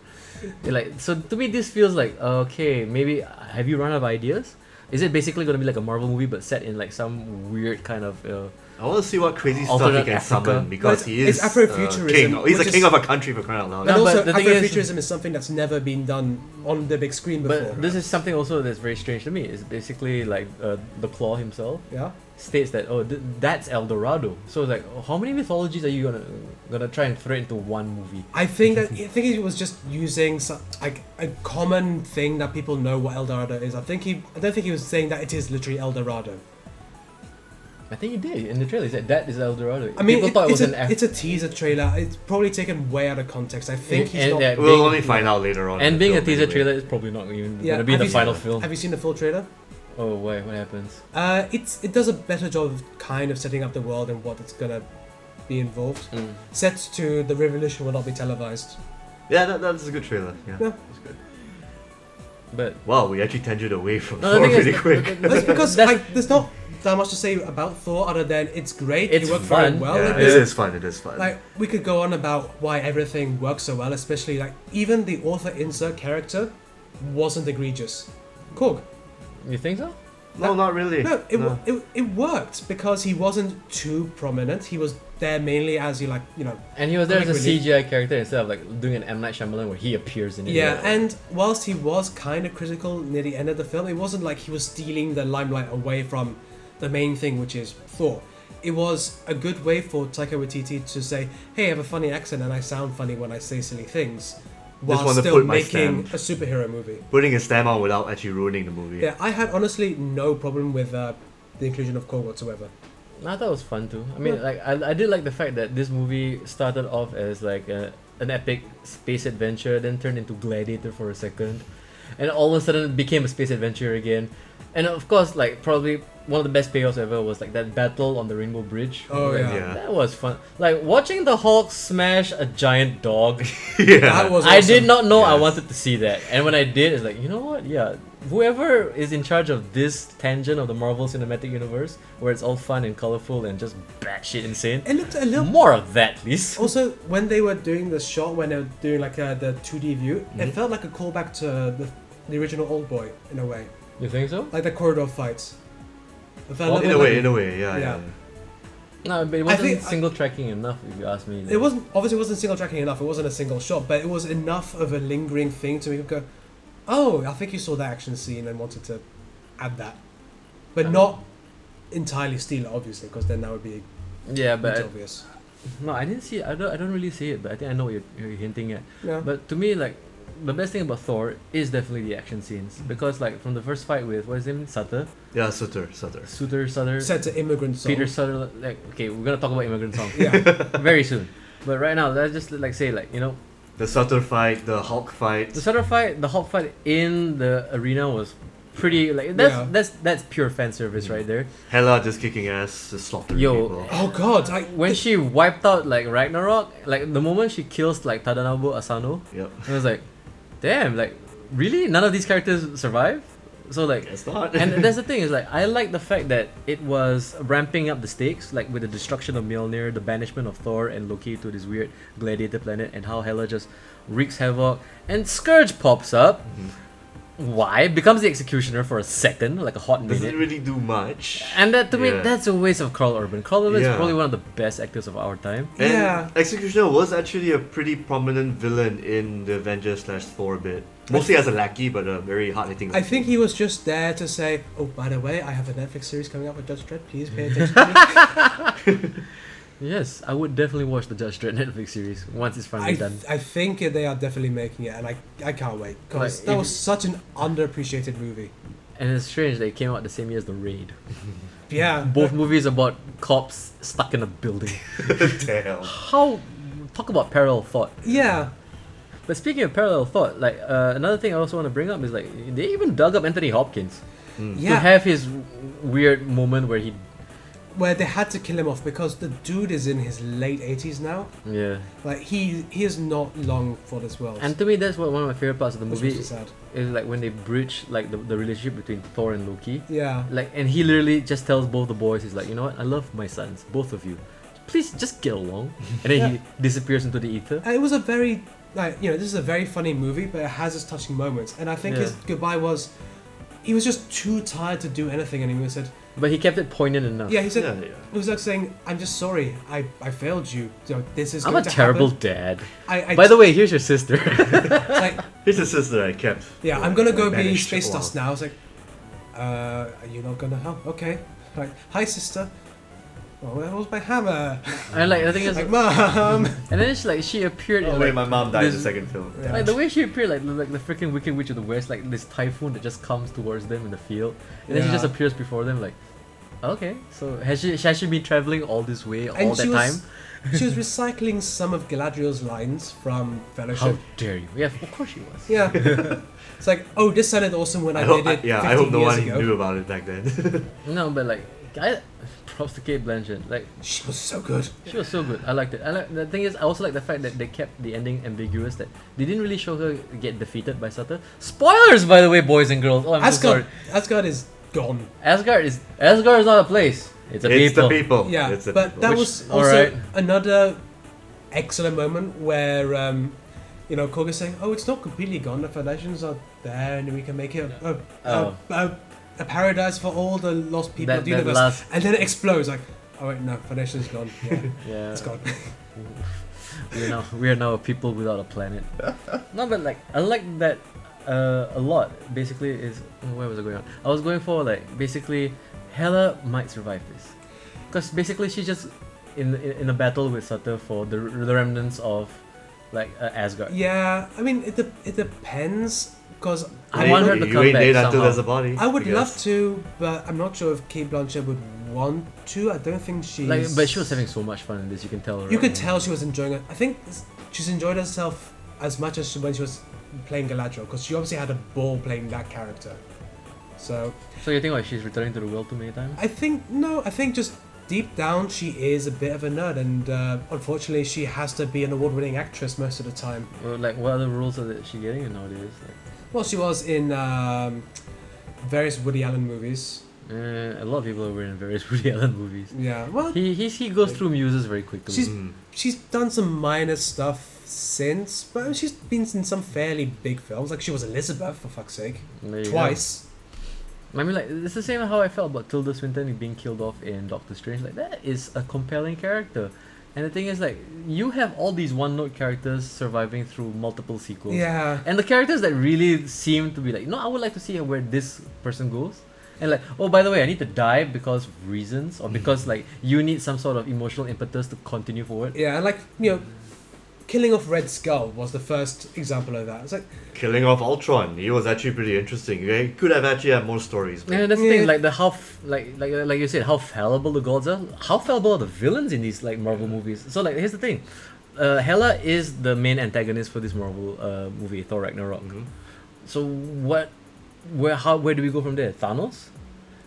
A: Yeah, like so, to me, this feels like okay, maybe have you run out of ideas? Is it basically gonna be like a Marvel movie but set in like some weird kind of? Uh,
C: I want to see what crazy stuff
A: Alternate
C: he can
A: Africa.
C: summon because
B: But
C: he
B: it's
C: is
B: Afrofuturism,
C: uh, king. He's a
B: which
C: king
B: is-
C: of a country for crying out loud.
B: and
A: No,
B: also
A: but the thing is-
B: Afrofuturism is, something that's never been done on the big screen before.
A: but this is something also that's very strange to me. It's basically like uh, the Claw himself
B: yeah,
A: states that oh th- that's El Dorado. So it's like how many mythologies are you gonna gonna try and thread into one movie?
B: I think that I think he was just using some, like a common thing that people know what El Dorado is. I think he, I don't think he was saying that it is literally El Dorado.
A: I think he did in the trailer. He said that is El Dorado.
B: I mean,
A: people
B: it-
A: thought it
B: it's,
A: was an
B: a,
A: F.
B: it's a teaser trailer. It's probably taken way out of context. I think he's
A: and,
B: not.
A: that
C: We'll
A: being-
C: only find out later on. in
A: And
C: the
A: being a
C: film
A: teaser
C: anyway.
A: trailer is probably not even
B: Yeah,
A: gonna be
B: have
A: the
B: you
A: final
C: seen-
A: film.
B: Have you seen the full trailer?
A: oh wait, what happens?
B: Uh, it's it does a better job of kind of setting up the world and what it's gonna be involved.
C: Hmm.
B: Set to the revolution will not be televised.
C: Yeah, that, that's a good trailer. Yeah,
B: Yeah.
C: It's good.
A: But
C: Wow, we actually tangent away from
A: No, the
C: Thor
A: thing is-
C: really quick.
B: That's because
A: That's-
B: like, there's not that much to say about Thor other than it's great.
A: It's
B: it worked
A: fun.
B: very well.
C: yeah,
B: Like,
C: it
B: there's-
C: is fun. It is fun.
B: like we could go on about why everything works so well, especially like even the author insert character wasn't egregious. Korg.
A: you think so?
C: Eh, no, not really.
B: No, it, wo- it, it worked because he wasn't too prominent. He was there mainly as you like, you know,
A: And he was there
B: I
A: as a
B: think we need-
A: CGI character instead of like doing an M Night Shyamalan where he appears in it.
B: Yeah, and whilst he was kind of critical near the end of the film, it wasn't like he was stealing the limelight away from the main thing, which is Thor. It was a good way for Taika Waititi to say, "Hey, I have a funny accent and I sound funny when I say silly things," while
C: wanted to
B: still
C: put my
B: making
C: stamp.
B: a superhero movie.
C: Putting a stamp out without actually ruining the movie.
B: Yeah, I had honestly no problem with uh, the inclusion of Korg whatsoever.
A: I thought it was fun too. I mean,
B: Yeah.
A: like I, I did like the fact that this movie started off as like a, an epic space adventure, then turned into Gladiator for a second, and all of a sudden it became a space adventure again. And of course, like probably one of the best payoffs ever was like that battle on the Rainbow Bridge.
B: Oh,
A: Like,
B: yeah.
C: Yeah.
A: that was fun. Like watching the Hulk smash a giant dog.
C: yeah.
B: That was
A: I did
B: awesome.
A: not know I
C: Yes.
A: wanted to see that, and when I did, it's like you know what? Yeah, whoever is in charge of this tangent of the Marvel Cinematic Universe, where it's all fun and colorful and just batshit insane,
B: It looked a little
A: more of that, please.
B: Also, when they were doing the shot, when they were doing like uh, the 2D view, it
C: Mm-hmm.
B: felt like a callback to the, the original Old Boy in a way,
A: You think so?
B: like the corridor fights. It felt
A: Well,
B: a
C: in a
B: bit
C: way,
B: like-
C: in a way, yeah,
B: Yeah.
C: yeah.
A: No, but it
B: I
A: wasn't
B: think-
A: single tracking enough, if you ask me.
B: It wasn't obviously it wasn't single tracking enough. It wasn't a single shot, but it was enough of a lingering thing to make you go, "Oh, I think you saw that action scene and wanted to add that," but
A: Uh-huh.
B: not entirely steal it, obviously, because then that would be
A: Yeah,
B: it's
A: but
B: obvious.
A: no, I didn't see. It. I don't. I don't really see it, but I think I know what you're, you're hinting at.
B: Yeah.
A: But to me, like the best thing about Thor is definitely the action scenes because, like, from the first fight with what is his name, Sutter,
C: Yeah, Sutter, Sutter.
A: Sutter, Sutter,
B: Set to immigrant song.
A: Peter Sutherland. Like, okay, we're gonna talk about immigrant song
B: Yeah,
A: very soon. But right now, let's just like say like you know
C: The Sutter fight, the Hulk fight.
A: the Sutter fight, the Hulk fight in the arena was pretty like that's
B: Yeah.
A: that's that's pure fan service right there.
C: Hela just kicking ass, just slaughtering
A: Yo.
C: people.
B: Oh god, I,
A: When she wiped out like Ragnarok, like the moment she kills like Tadanobu Asano,
C: Yep.
A: I was like, damn, like really none of these characters survive. So like
C: Guess not.
A: and that's the thing is like I like the fact that it was ramping up the stakes, like with the destruction of Mjolnir, the banishment of Thor and Loki to this weird gladiator planet, and how Hela just wreaks havoc. And Scourge pops up. Why becomes the executioner for a second, like a hot
C: Mm-hmm. Doesn't
A: minute?
C: really do much.
A: And that to me,
C: Yeah.
A: that's a waste of Carl Urban. Carl Urban is
C: Yeah.
A: probably one of the best actors of our time.
C: And
B: Yeah.
C: Executioner was actually a pretty prominent villain in the Avengers slash Thor bit. Mostly as a lackey, but a very hard hitting.
B: I think he was just there to say, "Oh, by the way, I have a Netflix series coming up with Judge Dredd. Please pay attention." to
A: Yes, I would definitely watch the Judge Dredd Netflix series once it's finally
B: I,
A: done.
B: I think they are definitely making it, and I, I can't wait because
A: Like,
B: that
A: if-
B: was such an underappreciated movie.
A: And it's strange that it came out the same year as The Raid.
B: Yeah,
A: Both movies about cops stuck in a building.
C: Damn.
A: How talk about parallel thought.
B: yeah.
A: But speaking of parallel thought, like uh, another thing I also want to bring up is like they even dug up Anthony Hopkins to
B: Yeah,
A: have his w- weird moment where he
B: where they had to kill him off because the dude is in his late eighties now.
A: yeah.
B: Like he he is not long for this world.
A: And to me, that's what one of my favorite parts of the
B: which
A: movie
B: makes it
A: is
B: sad.
A: like when they bridge like the, the relationship between Thor and Loki.
B: Yeah,
A: Like, and he literally just tells both the boys, he's like, you know what, I love my sons, both of you. Please just get along. And then he disappears into the ether.
B: and it was a very like you know this is a very funny movie, but it has its touching moments. And I think his
A: Yeah.
B: goodbye was he was just too tired to do anything, and he was said,
A: But he kept it poignant enough.
B: yeah, he said.
C: Yeah, yeah.
B: It was like saying, "I'm just sorry. I, I failed you. You know, This is
A: I'm a
B: going to
A: terrible
B: happen."
A: dad.
B: I, I
A: By the way, here's your sister.
B: like,
C: Here's a sister I kept.
B: yeah, I'm gonna go
C: I
B: be
C: managed to
B: space
C: pull
B: dust
C: out.
B: now. I was like, uh, you're not gonna help. Okay, like, hi sister. Oh, where was my hammer?
A: and like the thing is,
B: like, mom.
A: and then she like she appeared.
C: Oh
A: in,
C: wait,
A: like,
C: my mom died in the
A: this-
C: second film.
B: Yeah.
A: Like the way she appeared, like like the freaking Wicked Witch of the West, like this typhoon that just comes towards them in the field, and then she
B: Yeah.
A: just appears before them, like, okay, so has she has she been traveling all this way all
B: And
A: that
B: she was-
A: time?
B: she was recycling some of Galadriel's lines from
A: How
B: Fellowship.
A: dare you? Yeah, of course she was.
B: Yeah, it's like, oh, this sounded awesome when I,
C: I hope,
B: did it.
C: yeah,
B: 15
C: I hope no
B: years
C: one
B: ago.
C: knew about it back then.
A: No, but like, I props to Kate Blanchett. Like,
B: She was so good.
A: she was so good. I liked it. I like the thing is, I also like the fact that they kept the ending ambiguous. That they didn't really show her get defeated by Sutter. Spoilers, by the way, boys and girls. Oh, I'm so sorry.
B: Asgard, Asgard is gone.
A: Asgard is Asgard is not a place. It's a
C: it's
A: people.
C: the people.
B: Yeah,
C: it's the
B: but
C: people.
B: that
A: Which-
B: was
A: all
B: also
A: right.
B: another excellent moment where, um, you know, Korg is saying, "Oh, it's not completely gone. The foundations are there, and we can make it a, a,
A: Oh.
B: a, a, a paradise for all the lost people
A: That-
B: of the
A: that
B: universe."
A: last-
B: And then it explodes like, "Oh wait, no, foundation's gone. Yeah,
A: Yeah.
B: it's gone."
A: We're now we are now a people without a planet. no, but like I like that uh, a lot. Basically, is oh, where was I going on? I was going for like basically Hela might survive this, because basically she just in, in in a battle with Sutter for the the remnants of like uh, Asgard.
B: yeah, I mean, it de- it depends because
A: I
C: They-
A: want her to
C: you
A: come
C: ain't
A: back
C: dead
A: somehow.
C: until there's a body.
B: I would
C: guess.
B: love to, but I'm not sure if Kate Blanchett would want to. I don't think she's.
A: Like, but she was having so much fun in this. You can tell.
B: You
A: right?
B: could tell she was enjoying it. I think s- she's enjoyed herself as much as she, when she was playing Galadriel, because she obviously had a ball playing that character. So
A: So you think like she's returning to the world too many times?
B: I think no, I think just deep down she is a bit of a nerd, and uh, unfortunately she has to be an award-winning actress most of the time.
A: Or, like what other roles are that she getting nowadays? Like,
B: Well, she was in um, various Woody Allen movies.
A: uh, a lot of people were in various Woody Allen movies.
B: Yeah, well,
A: He he he goes through muses very quickly.
B: She's-
C: Mm.
B: she's done some minor stuff since, but she's been in some fairly big films. Like she was Elizabeth, for fuck's sake,
A: Mm, There you go.
B: twice.
A: I mean, like it's the same how I felt about Tilda Swinton being killed off in Doctor Strange. Like that is a compelling character, and the thing is, like you have all these one-note characters surviving through multiple sequels.
B: Yeah.
A: And the characters that really seem to be like, no, I would like to see where this person goes. And like, oh, by the way, I need to die because of reasons,
B: Mm.
A: or because like you need some sort of emotional impetus to continue forward.
B: Yeah, and like you know, killing off Red Skull was the first example of that. It's like
C: Killing off Ultron. He was actually pretty interesting. They could have actually had more stories. But
A: Yeah, that's the thing.
B: Yeah.
A: Like the how, f- like like like you said, how fallible the gods are. How fallible are the villains in these like Marvel movies? So like, here's the thing. Uh, Hela is the main antagonist for this Marvel uh, movie, Thor Ragnarok.
C: Mhm.
A: So what, where how where do we go from there? Thanos?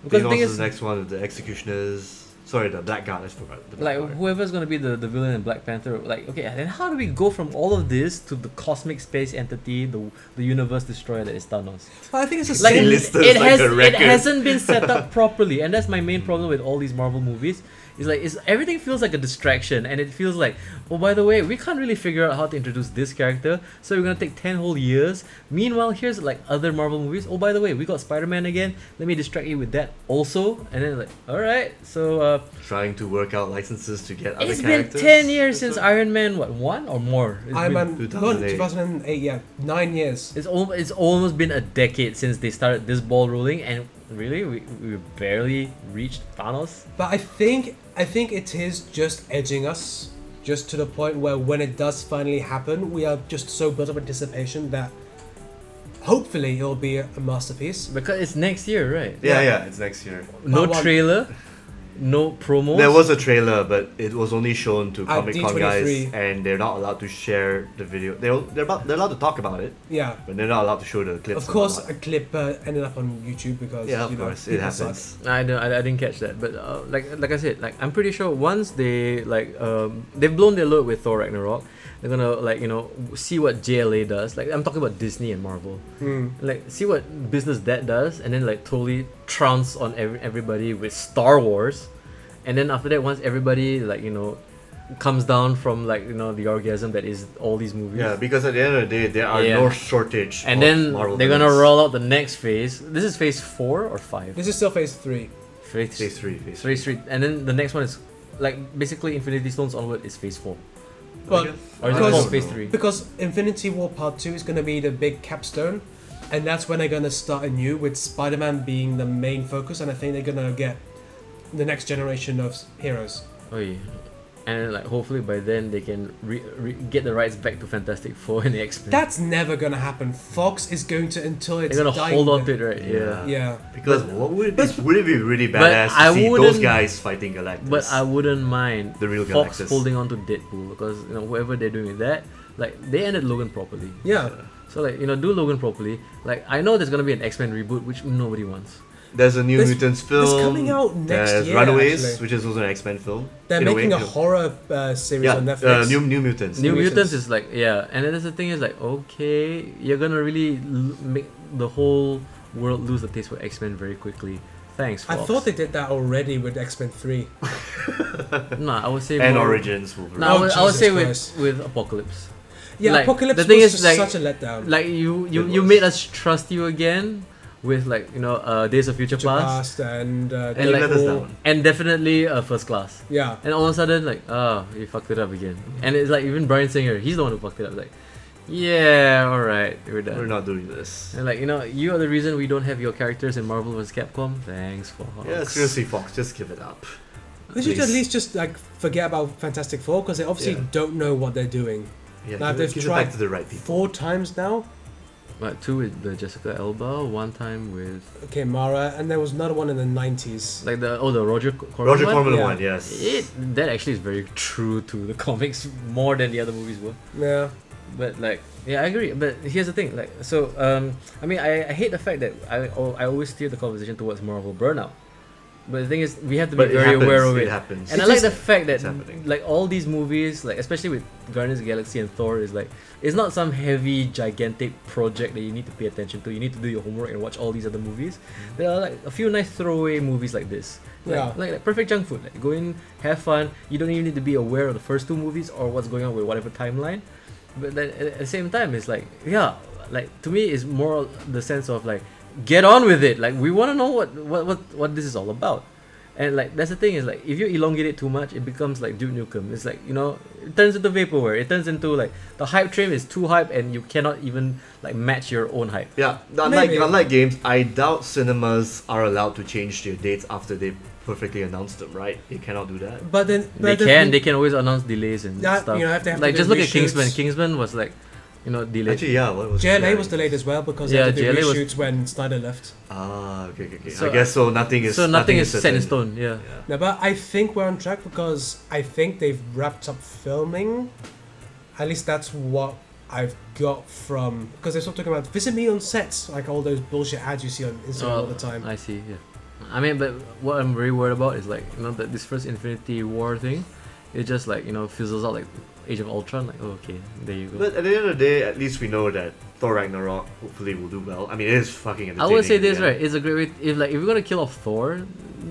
A: Because the
C: Thanos
A: thing
C: is
A: is,
C: the next one with the executioners. Sorry, the black guy. I forgot. The black
A: like
C: guy.
A: whoever's gonna be the, the villain in Black Panther, like okay, and how do we go from all of this to the cosmic space entity, the the universe destroyer that is Thanos?
B: I think it's the
A: like,
B: same.
C: He listed
A: it,
C: like
A: has,
C: a
A: it
C: record.
A: hasn't been set up properly and that's my main problem with all these marvel movies is like is everything feels like a distraction and it feels like oh by the way we can't really figure out how to introduce this character so we're gonna take 10 whole years meanwhile here's like other marvel movies oh by the way we got spider-man again let me distract you with that also and then like all right so uh
C: trying to work out licenses to get other
A: it's been
C: characters.
A: 10 years since iron man what one or more It's
B: I'm
A: been-
B: an, not
C: 2008.
B: 2008. Yeah, nine years.
A: It's al- it's almost been a decade since they started this ball rolling, and really, we, we barely reached Thanos.
B: But I think I think it is just edging us, just to the point where when it does finally happen, we are just so built up anticipation that hopefully it'll be a, a masterpiece.
A: Because it's next year, right?
C: Yeah,
B: Yeah.
C: yeah, it's next year.
A: No
B: But one-
A: trailer, no promos.
C: There was a trailer, but it was only shown to
A: Ah,
B: At
C: Comic Con guys,
B: D23.
C: and they're not allowed to share the video. They're they're, about, they're allowed to talk about it,
B: Yeah.
C: but they're not allowed to show the clips.
B: Of course,
C: and
B: a clip uh, ended up on YouTube because
C: whatnot. yeah, of
B: you know,
C: course, it
B: people
C: happens.
A: I, don't, I, I didn't catch that, but uh, like like I said, like I'm pretty sure once they like um, they've blown their load with Thor Ragnarok, they're gonna like you know see what JLA does. Like I'm talking about Disney and Marvel,
B: suck. Hmm.
A: like see what business that does, and then like totally trounce on every, everybody with Star Wars, and then after that, once everybody like you know comes down from like you know the orgasm that is all these movies,
C: Yeah, because at the end of the day, there are
A: Yeah.
C: no shortage.
A: and
C: of
A: then
C: Marvel
A: they're gonna
C: villains.
A: roll out the next phase. This is phase four or five.
B: This is still phase three.
A: Phase
C: Phase three, phase
A: Phase three, and then the next one is like basically Infinity Stones onward is Phase four,
B: But
A: or is
B: Because-
A: it called Phase three?
B: Because Infinity War Part 2 is going to be the big capstone, and that's when they're going to start anew with Spider Man being the main focus, and I think they're going to get the next generation of s- heroes.
A: Oh yeah. And like hopefully by then they can re- re- get the rights back to Fantastic Four and the X Men.
B: That's never going to happen. Fox is going to, until it's
A: They're gonna
B: dying
A: hold on to
B: breath.
A: it, right? Yeah.
C: Yeah.
B: Yeah.
C: Because what would it, would it be really
A: but
C: badass
A: I
C: to see those
A: wouldn't-
C: guys fighting Galactus?
A: But I wouldn't mind
C: the real
A: Fox
C: Galactus.
A: holding on to Deadpool because you know whoever they're doing with that, like they ended Logan properly.
B: Yeah.
A: So like you know do Logan properly. Like I know there's gonna be an X Men reboot which nobody wants.
C: There's a new
B: This-
C: Mutants film.
B: this coming out next
C: There's
B: year,
C: uh, Runaways,
B: actually.
C: which is also an X Men film.
B: They're
C: in
B: making a,
C: way, you know.
B: horror uh, series
C: yeah,
B: on Netflix.
C: Uh, new New Mutants.
A: New
B: New
A: Mutants
B: Mutants.
A: is like yeah, and then that's the thing is like okay, you're gonna really l- make the whole world lose the taste for X Men very quickly. Thanks.
B: I
A: Fox.
B: thought they did that already with X Men 3.
A: Nah, I would say
C: and
A: more-
C: Origins Wolverine.
A: No, I
B: Oh,
A: would, I would
B: Jesus
A: say with,
B: Christ.
A: with Apocalypse.
B: Yeah,
A: Like,
B: Apocalypse
A: the thing
B: was
A: is,
B: just
A: like-
B: such a letdown.
A: Like you, you,
C: It
A: you
C: was.
A: made us trust you again with like you know uh, Days of Future
B: Future
A: Past
B: Past and, uh,
A: And, like,
C: let us
B: Deadpool.
C: down.
A: and definitely uh, First Class.
B: Yeah.
A: And all of a sudden like ah you fucked it up again. And it's like even Brian Singer he's the one who fucked it up. Like yeah all right we're done.
C: We're not doing this.
A: And like you know you are the reason we don't have your characters in Marvel vs Capcom. Thanks for
C: Yeah, seriously, Fox, just give it up.
B: They should at
A: Please.
B: least just like forget about Fantastic Four because they obviously
C: Yeah.
B: don't know what they're doing.
C: Yeah,
B: Now,
C: give,
B: they've
C: it- give it
B: tried
C: back to the right people.
B: Four times now.
A: Like two with the Jessica Elba, one time with
B: Okay, Mara, and there was another one in the nineties.
A: like the oh the Roger Corman.
C: Roger
A: one?
C: Corman
B: Yeah.
C: one, yes.
A: It that actually is very true to the comics more than the other movies were.
B: Yeah,
A: But like, yeah, I agree. But here's the thing, like, so um, I mean, I, I hate the fact that I al- I always steer the conversation towards Marvel burnout. But the thing is, we have to be
C: But it
A: very
C: happens.
A: aware of
C: it
A: it.
C: happens.
A: And I
B: It
A: like
B: just-
A: the fact that
C: it's happening.
A: like all these movies, like especially with Guardians of the Galaxy and Thor, is like it's not some heavy gigantic project that you need to pay attention to. You need to do your homework and watch all these other movies. There are like a few nice throwaway movies like this. Like,
B: Yeah.
A: like, like perfect junk food. Like go in, have fun. You don't even need to be aware of the first two movies or what's going on with whatever timeline. But then at at the same time, it's like yeah, like to me, it's more the sense of like get on with it. Like we want to know what what what what this is all about. And like that's the thing is like if you elongate it too much, it becomes like Duke Nukem. It's like you know, it turns into vaporware. It turns into like the hype train is too hype, and you cannot even like match your own hype.
C: Yeah, unlike,
B: Maybe.
C: unlike games, I doubt cinemas are allowed to change their dates after they perfectly announced them, right? They cannot do that.
B: but then
A: They
B: but then-
A: can they can always announce delays and
B: Yeah,
A: stuff.
B: you know, if they have to
A: like
B: do
A: just look at
B: reshoots.
A: Kingsman. Kingsman was like, you know, delayed.
C: Actually, yeah, what was
B: JLA
C: yeah,
B: was delayed as well because
A: Yeah,
B: they had to do
A: JLA was-
B: reshoots when Snyder left.
C: Ah, okay, okay, okay.
A: So,
C: I guess so. Nothing is
A: so nothing is set in
C: certain.
A: stone. Yeah.
C: Yeah.
B: No, but I think we're on track because I think they've wrapped up filming. At least that's what I've got from because they stopped talking about visit me on sets like all those bullshit ads you see on Instagram all
A: Oh,
B: the time.
A: I see. Yeah. I mean, but what I'm very worried about is like you know that this first Infinity War thing, it just like you know fizzles out like Age of Ultron. Like oh, okay, there you go.
C: But at the end of the day, at least we know that Thor Ragnarok hopefully will do well. I mean, it is fucking
A: I
C: entertaining.
A: would say
C: in the
A: this
C: end.
A: right. It's a great way. If like if you're gonna kill off Thor,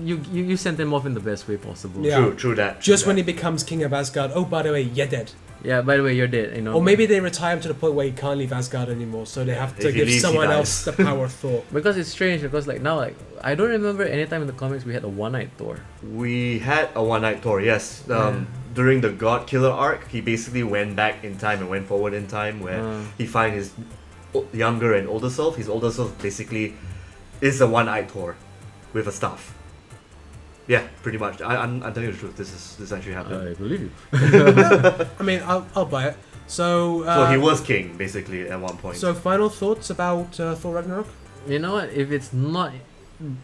A: you you, you send him off in the best way possible.
B: Yeah.
C: True, true that.
B: Just
C: true
B: when he
C: that.
B: becomes king of Asgard, oh by the way, you're dead.
A: Yeah. By the way, you're dead. You know.
B: Or maybe they retire him to the point where he can't leave Asgard anymore, so they have to
C: If he
B: give
C: leaves, he
B: someone
C: dies.
B: else the power of Thor.
A: Because it's strange. Because like now like I don't remember any time in the comics we had a one eyed Thor.
C: we had a one-night tour. Yes, um, during the God Killer arc, he basically went back in time and went forward in time where
A: Uh,
C: he find his o- younger and older self. His older self basically is a one-eyed Thor with a staff. Yeah, pretty much. I, I'm, I'm telling you the truth. This is this actually happened.
A: I believe you.
B: I mean, I'll, I'll buy it. So, uh,
C: so he was king basically at one point.
B: so final thoughts about uh, Thor Ragnarok?
A: You know what? If it's not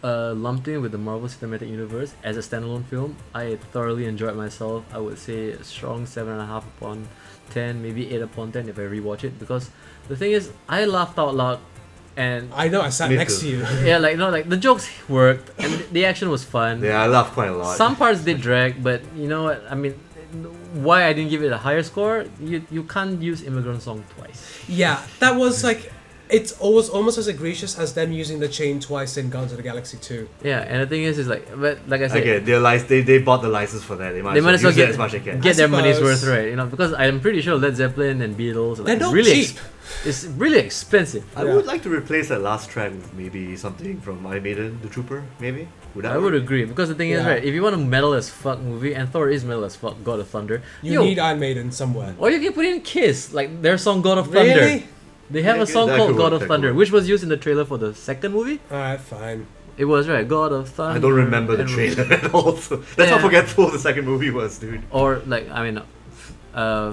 A: uh, lumped in with the Marvel Cinematic Universe as a standalone film, I thoroughly enjoyed myself. I would say a strong seven and a half upon ten, maybe eight upon ten if I rewatch it. Because the thing is, I laughed out loud, and
B: I know I sat
C: Me
B: next to
C: too.
B: you.
A: yeah, like you know, like the jokes worked and the action was fun.
C: yeah, I laughed quite a lot.
A: Some parts did drag, but you know what? I mean, why I didn't give it a higher score? You you can't use Immigrant Song twice.
B: yeah, that was like. It's always almost as egregious as them using the chain twice in Guardians of the Galaxy 2.
A: Yeah, and the thing is, is like, but like I said,
C: okay, they lic- they they bought the license for that. They might,
A: They might
C: as, well use
A: get-
C: it as much as they can.
A: get
B: I
A: their money's
B: suppose.
A: worth right you know because i'm pretty sure led zeppelin and beatles are
B: They're
A: like
B: not
A: really
B: cheap.
A: ex- it's really expensive
C: I
B: Yeah.
C: would like to replace that last track with maybe something from I Maiden, The Trooper, maybe. Would that
A: i would
C: work?
A: agree because the thing is
B: Yeah.
A: right if you want a metal as fuck movie and thor is metal as fuck god of thunder
B: You
A: yo,
B: need Iron Maiden somewhere.
A: or you can put in kiss like their song god of thunder
B: Really?
A: they have
C: Yeah,
A: a song
C: that
A: called
C: could
A: god
C: work,
A: of
C: that
A: thunder
C: could work.
A: which was used in the trailer for the second movie
B: Alright, fine.
A: it was right god of thunder
C: I don't remember the
A: and-
C: trailer at all. So that's how
A: Yeah.
C: forgetful the second movie was, dude.
A: or like i mean uh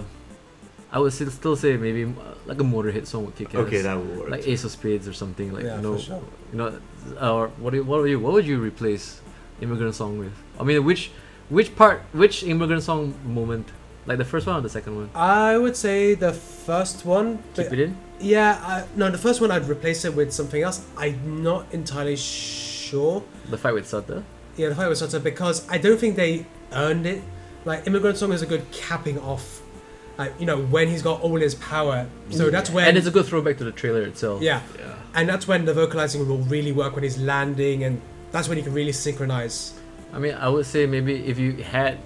A: i would still, still say maybe uh, like a motorhead song would kick ass.
C: Okay, that would work.
A: like Ace of Spades or something like
B: yeah,
A: you know,
B: for sure.
A: you know, or what do you, what would you what would you replace immigrant song with? I mean, which which part which immigrant song moment? Like the first one or the second one?
B: I would say the first one. but-
A: Keep it in.
B: Yeah, I, no, the first one I'd replace it with something else. I'm not entirely sure.
A: The fight with Sutter.
B: Yeah, the fight was Sutter because I don't think they earned it. Like Immigrant Song is a good capping off. Like you know when he's got all his power, so that's when.
A: Mm. and it's a good throwback to the trailer itself.
B: yeah,
C: yeah.
B: and that's when the vocalizing will really work when he's landing, and that's when you can really synchronize.
A: I mean, I would say maybe if you had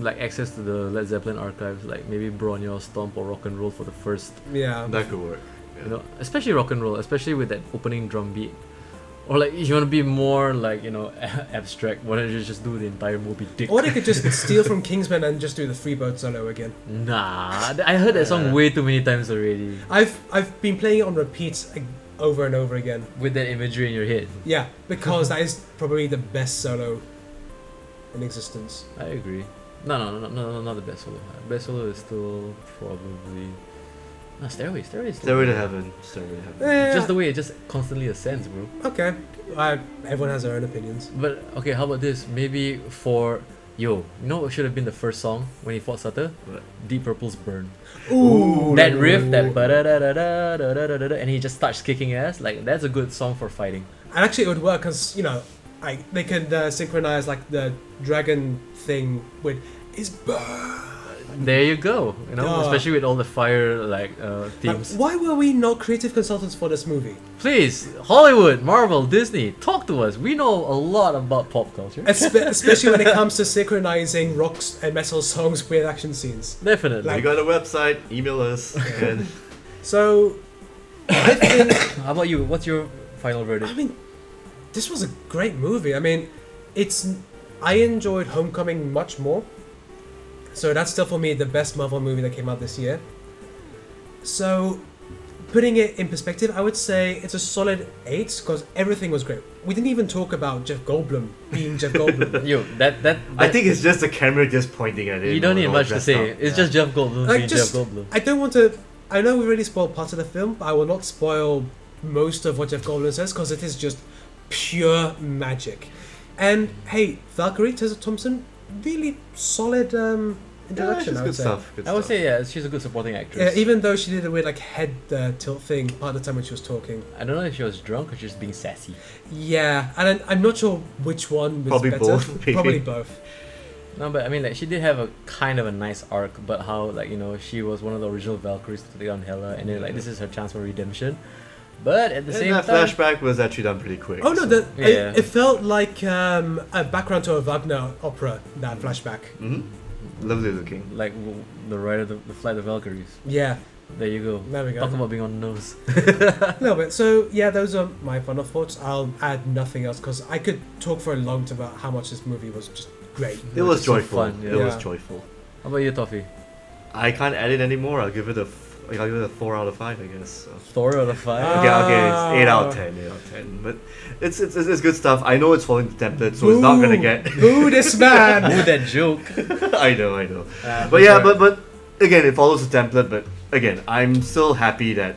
A: like access to the Led Zeppelin archives, like maybe Bronyo, Stomp, or Rock and Roll for the first,
B: Yeah.
C: That could work.
A: you know, especially Rock and Roll, especially with that opening drum beat. Or like if you want to be more like you know abstract, why don't you just do the entire movie? Dick?
B: Or they could just steal from Kingsman and just do the free bird solo again.
A: Nah, th- I heard that song way too many times already.
B: I've I've been playing it on repeat like, over and over again.
A: With that imagery in your head,
B: Yeah, because that is probably the best solo in existence.
A: I agree. No, no, no, no, no, no, not the best solo. Best solo is still probably. No, stairway, stairway. is still-
C: Stairway to Heaven. Stairway to Heaven.
B: Eh,
A: Just the way it just constantly ascends, bro.
B: okay. I, everyone has their own opinions.
A: But okay, how about this? Maybe for yo, you know what should have been the first song when he fought Sutter?
C: What?
A: Deep Purple's Burn.
C: Ooh.
A: that riff, that da da da da da da da da, and he just starts kicking ass. Like that's a good song for fighting.
B: And actually, it would work because you know, like they could uh, synchronize like the dragon thing with is burn.
A: There you go. You know,
B: Yeah.
A: especially with all the fire like uh,
B: Like,
A: themes.
B: why were we not creative consultants for this movie?
A: Please, Hollywood, Marvel, Disney, talk to us. We know a lot about pop culture.
B: Espe- especially when it comes to synchronizing rocks and metal songs with action scenes.
A: Definitely.
C: We got a website. Email us. and
B: So, I think
A: How about you? What's your final
B: I
A: verdict?
B: mean, this was a great movie. I mean, it's. I enjoyed Homecoming much more. So that's still for me the best Marvel movie that came out this year. So, putting it in perspective, I would say it's a solid eight because everything was great. We didn't even talk about Jeff Goldblum being Jeff Goldblum.
A: Yo, that that,
C: I
A: that-
C: think it's just the camera just pointing at it.
A: you don't
C: all-
A: need
C: all
A: much to
C: dressed
A: say.
C: up.
A: It's
C: Yeah.
A: just Jeff Goldblum
B: Like,
A: being
B: just-
A: Jeff Goldblum.
B: I don't want to. I know we already spoiled parts of the film, but I will not spoil most of what Jeff Goldblum says because it is just pure magic. And hey, Valkyrie Tessa Thompson, really solid um,
C: Yeah, it's
B: introduction.
C: just
B: I would
C: good
B: say.
C: stuff. Good
A: I would
C: stuff.
A: say yeah, she's a good supporting actress.
B: Yeah, even though she did a weird like head uh, tilt thing part of the time when she was talking.
A: I don't know if she was drunk or just being sassy.
B: Yeah, and I'm, I'm not sure which one was
C: Probably
B: better.
C: both, maybe.
B: Probably both.
A: No, but I mean like she did have a kind of a nice arc, but how like you know she was one of the original Valkyries to take on Hela, and then like this is her chance for redemption. But at the
C: And
A: same
C: that
A: time,
C: flashback was actually done pretty quick.
B: Oh no,
C: so-
B: the,
A: Yeah.
B: it, it felt like um, a background to a Wagner opera. That flashback.
C: Mhm. Lovely looking.
A: like w- the ride of the, the flight of Valkyries.
B: Yeah,
A: There you go.
B: there we go.
A: Talk about being on nose.
B: A little bit. So yeah, those are my final thoughts. I'll add nothing else because I could talk for a long time about how much this movie was just great.
C: It was
A: Just for
C: joyful.
A: fun, yeah.
C: It was
B: Yeah.
C: joyful.
A: How about you, Toffee?
C: I can't add it anymore. I'll give it a f- I got you a four out of five, I guess. so.
A: Thor out of five.
B: Ah.
C: Okay, okay, it's eight out of ten, eight out of ten. But it's it's, it's, it's good stuff. I know it's following the template, so it's not gonna
B: Boo.
C: get.
B: Boo this man!
A: Ooh, that joke.
C: I know, I know.
B: Uh,
C: but yeah, but but again, it follows the template. But again, I'm still happy that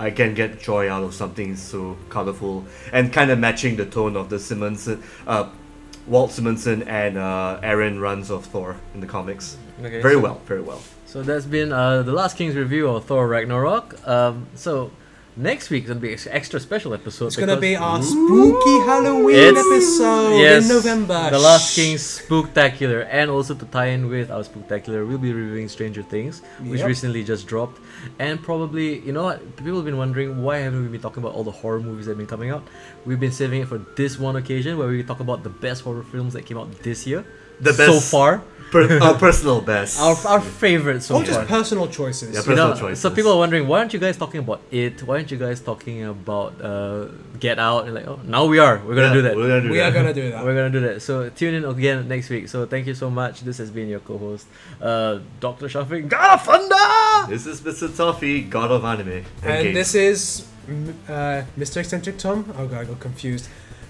C: I can get joy out of something so colorful and kind of matching the tone of the Simonson, uh, Walt Simonson and uh, Aaron runs of Thor in the comics.
A: Okay,
C: Very
A: so-
C: well, very well.
A: So that's been uh, the Last King's review of Thor Ragnarok. Um, so next week's gonna be an extra special episode.
B: It's gonna
A: because
B: be our spooky Halloween
A: It's-
B: episode
A: yes,
B: in November.
A: The Last
B: Shh.
A: King's Spooktacular, and also to tie in with our Spooktacular, we'll be reviewing Stranger Things, which
B: Yep.
A: recently just dropped, and probably you know what people have been wondering why haven't we been talking about all the horror movies that have been coming out? We've been saving it for this one occasion where we talk about the best horror films that came out this year,
C: The
A: so
C: best-
A: far,
C: Per- our personal best.
A: our our favorite so
B: Or
A: far.
B: just personal choices.
C: Yeah,
A: You
C: Personal
A: know,
C: choices.
A: So people are wondering, why aren't you guys talking about it? Why aren't you guys talking about uh, Get Out? And like, oh, now we are. We're gonna
C: Yeah,
A: do that.
C: We're gonna do
B: we
C: that.
B: are gonna do that.
A: We're gonna do that. So tune in again next week. So thank you so much. This has been your co-host, uh, Doctor Shafiq. Garafunda!
C: This is Mr. Toffee, God of Anime. And,
B: And
C: games.
B: this is m- uh, Mr. Eccentric Tom. Oh god, I got confused.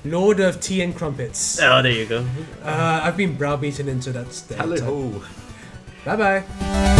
B: Lord of Tea and Crumpets. Uh,
A: Oh, there you go.
B: I've been browbeaten into that
C: Tally
B: stereotype.
C: ho.
B: Bye bye.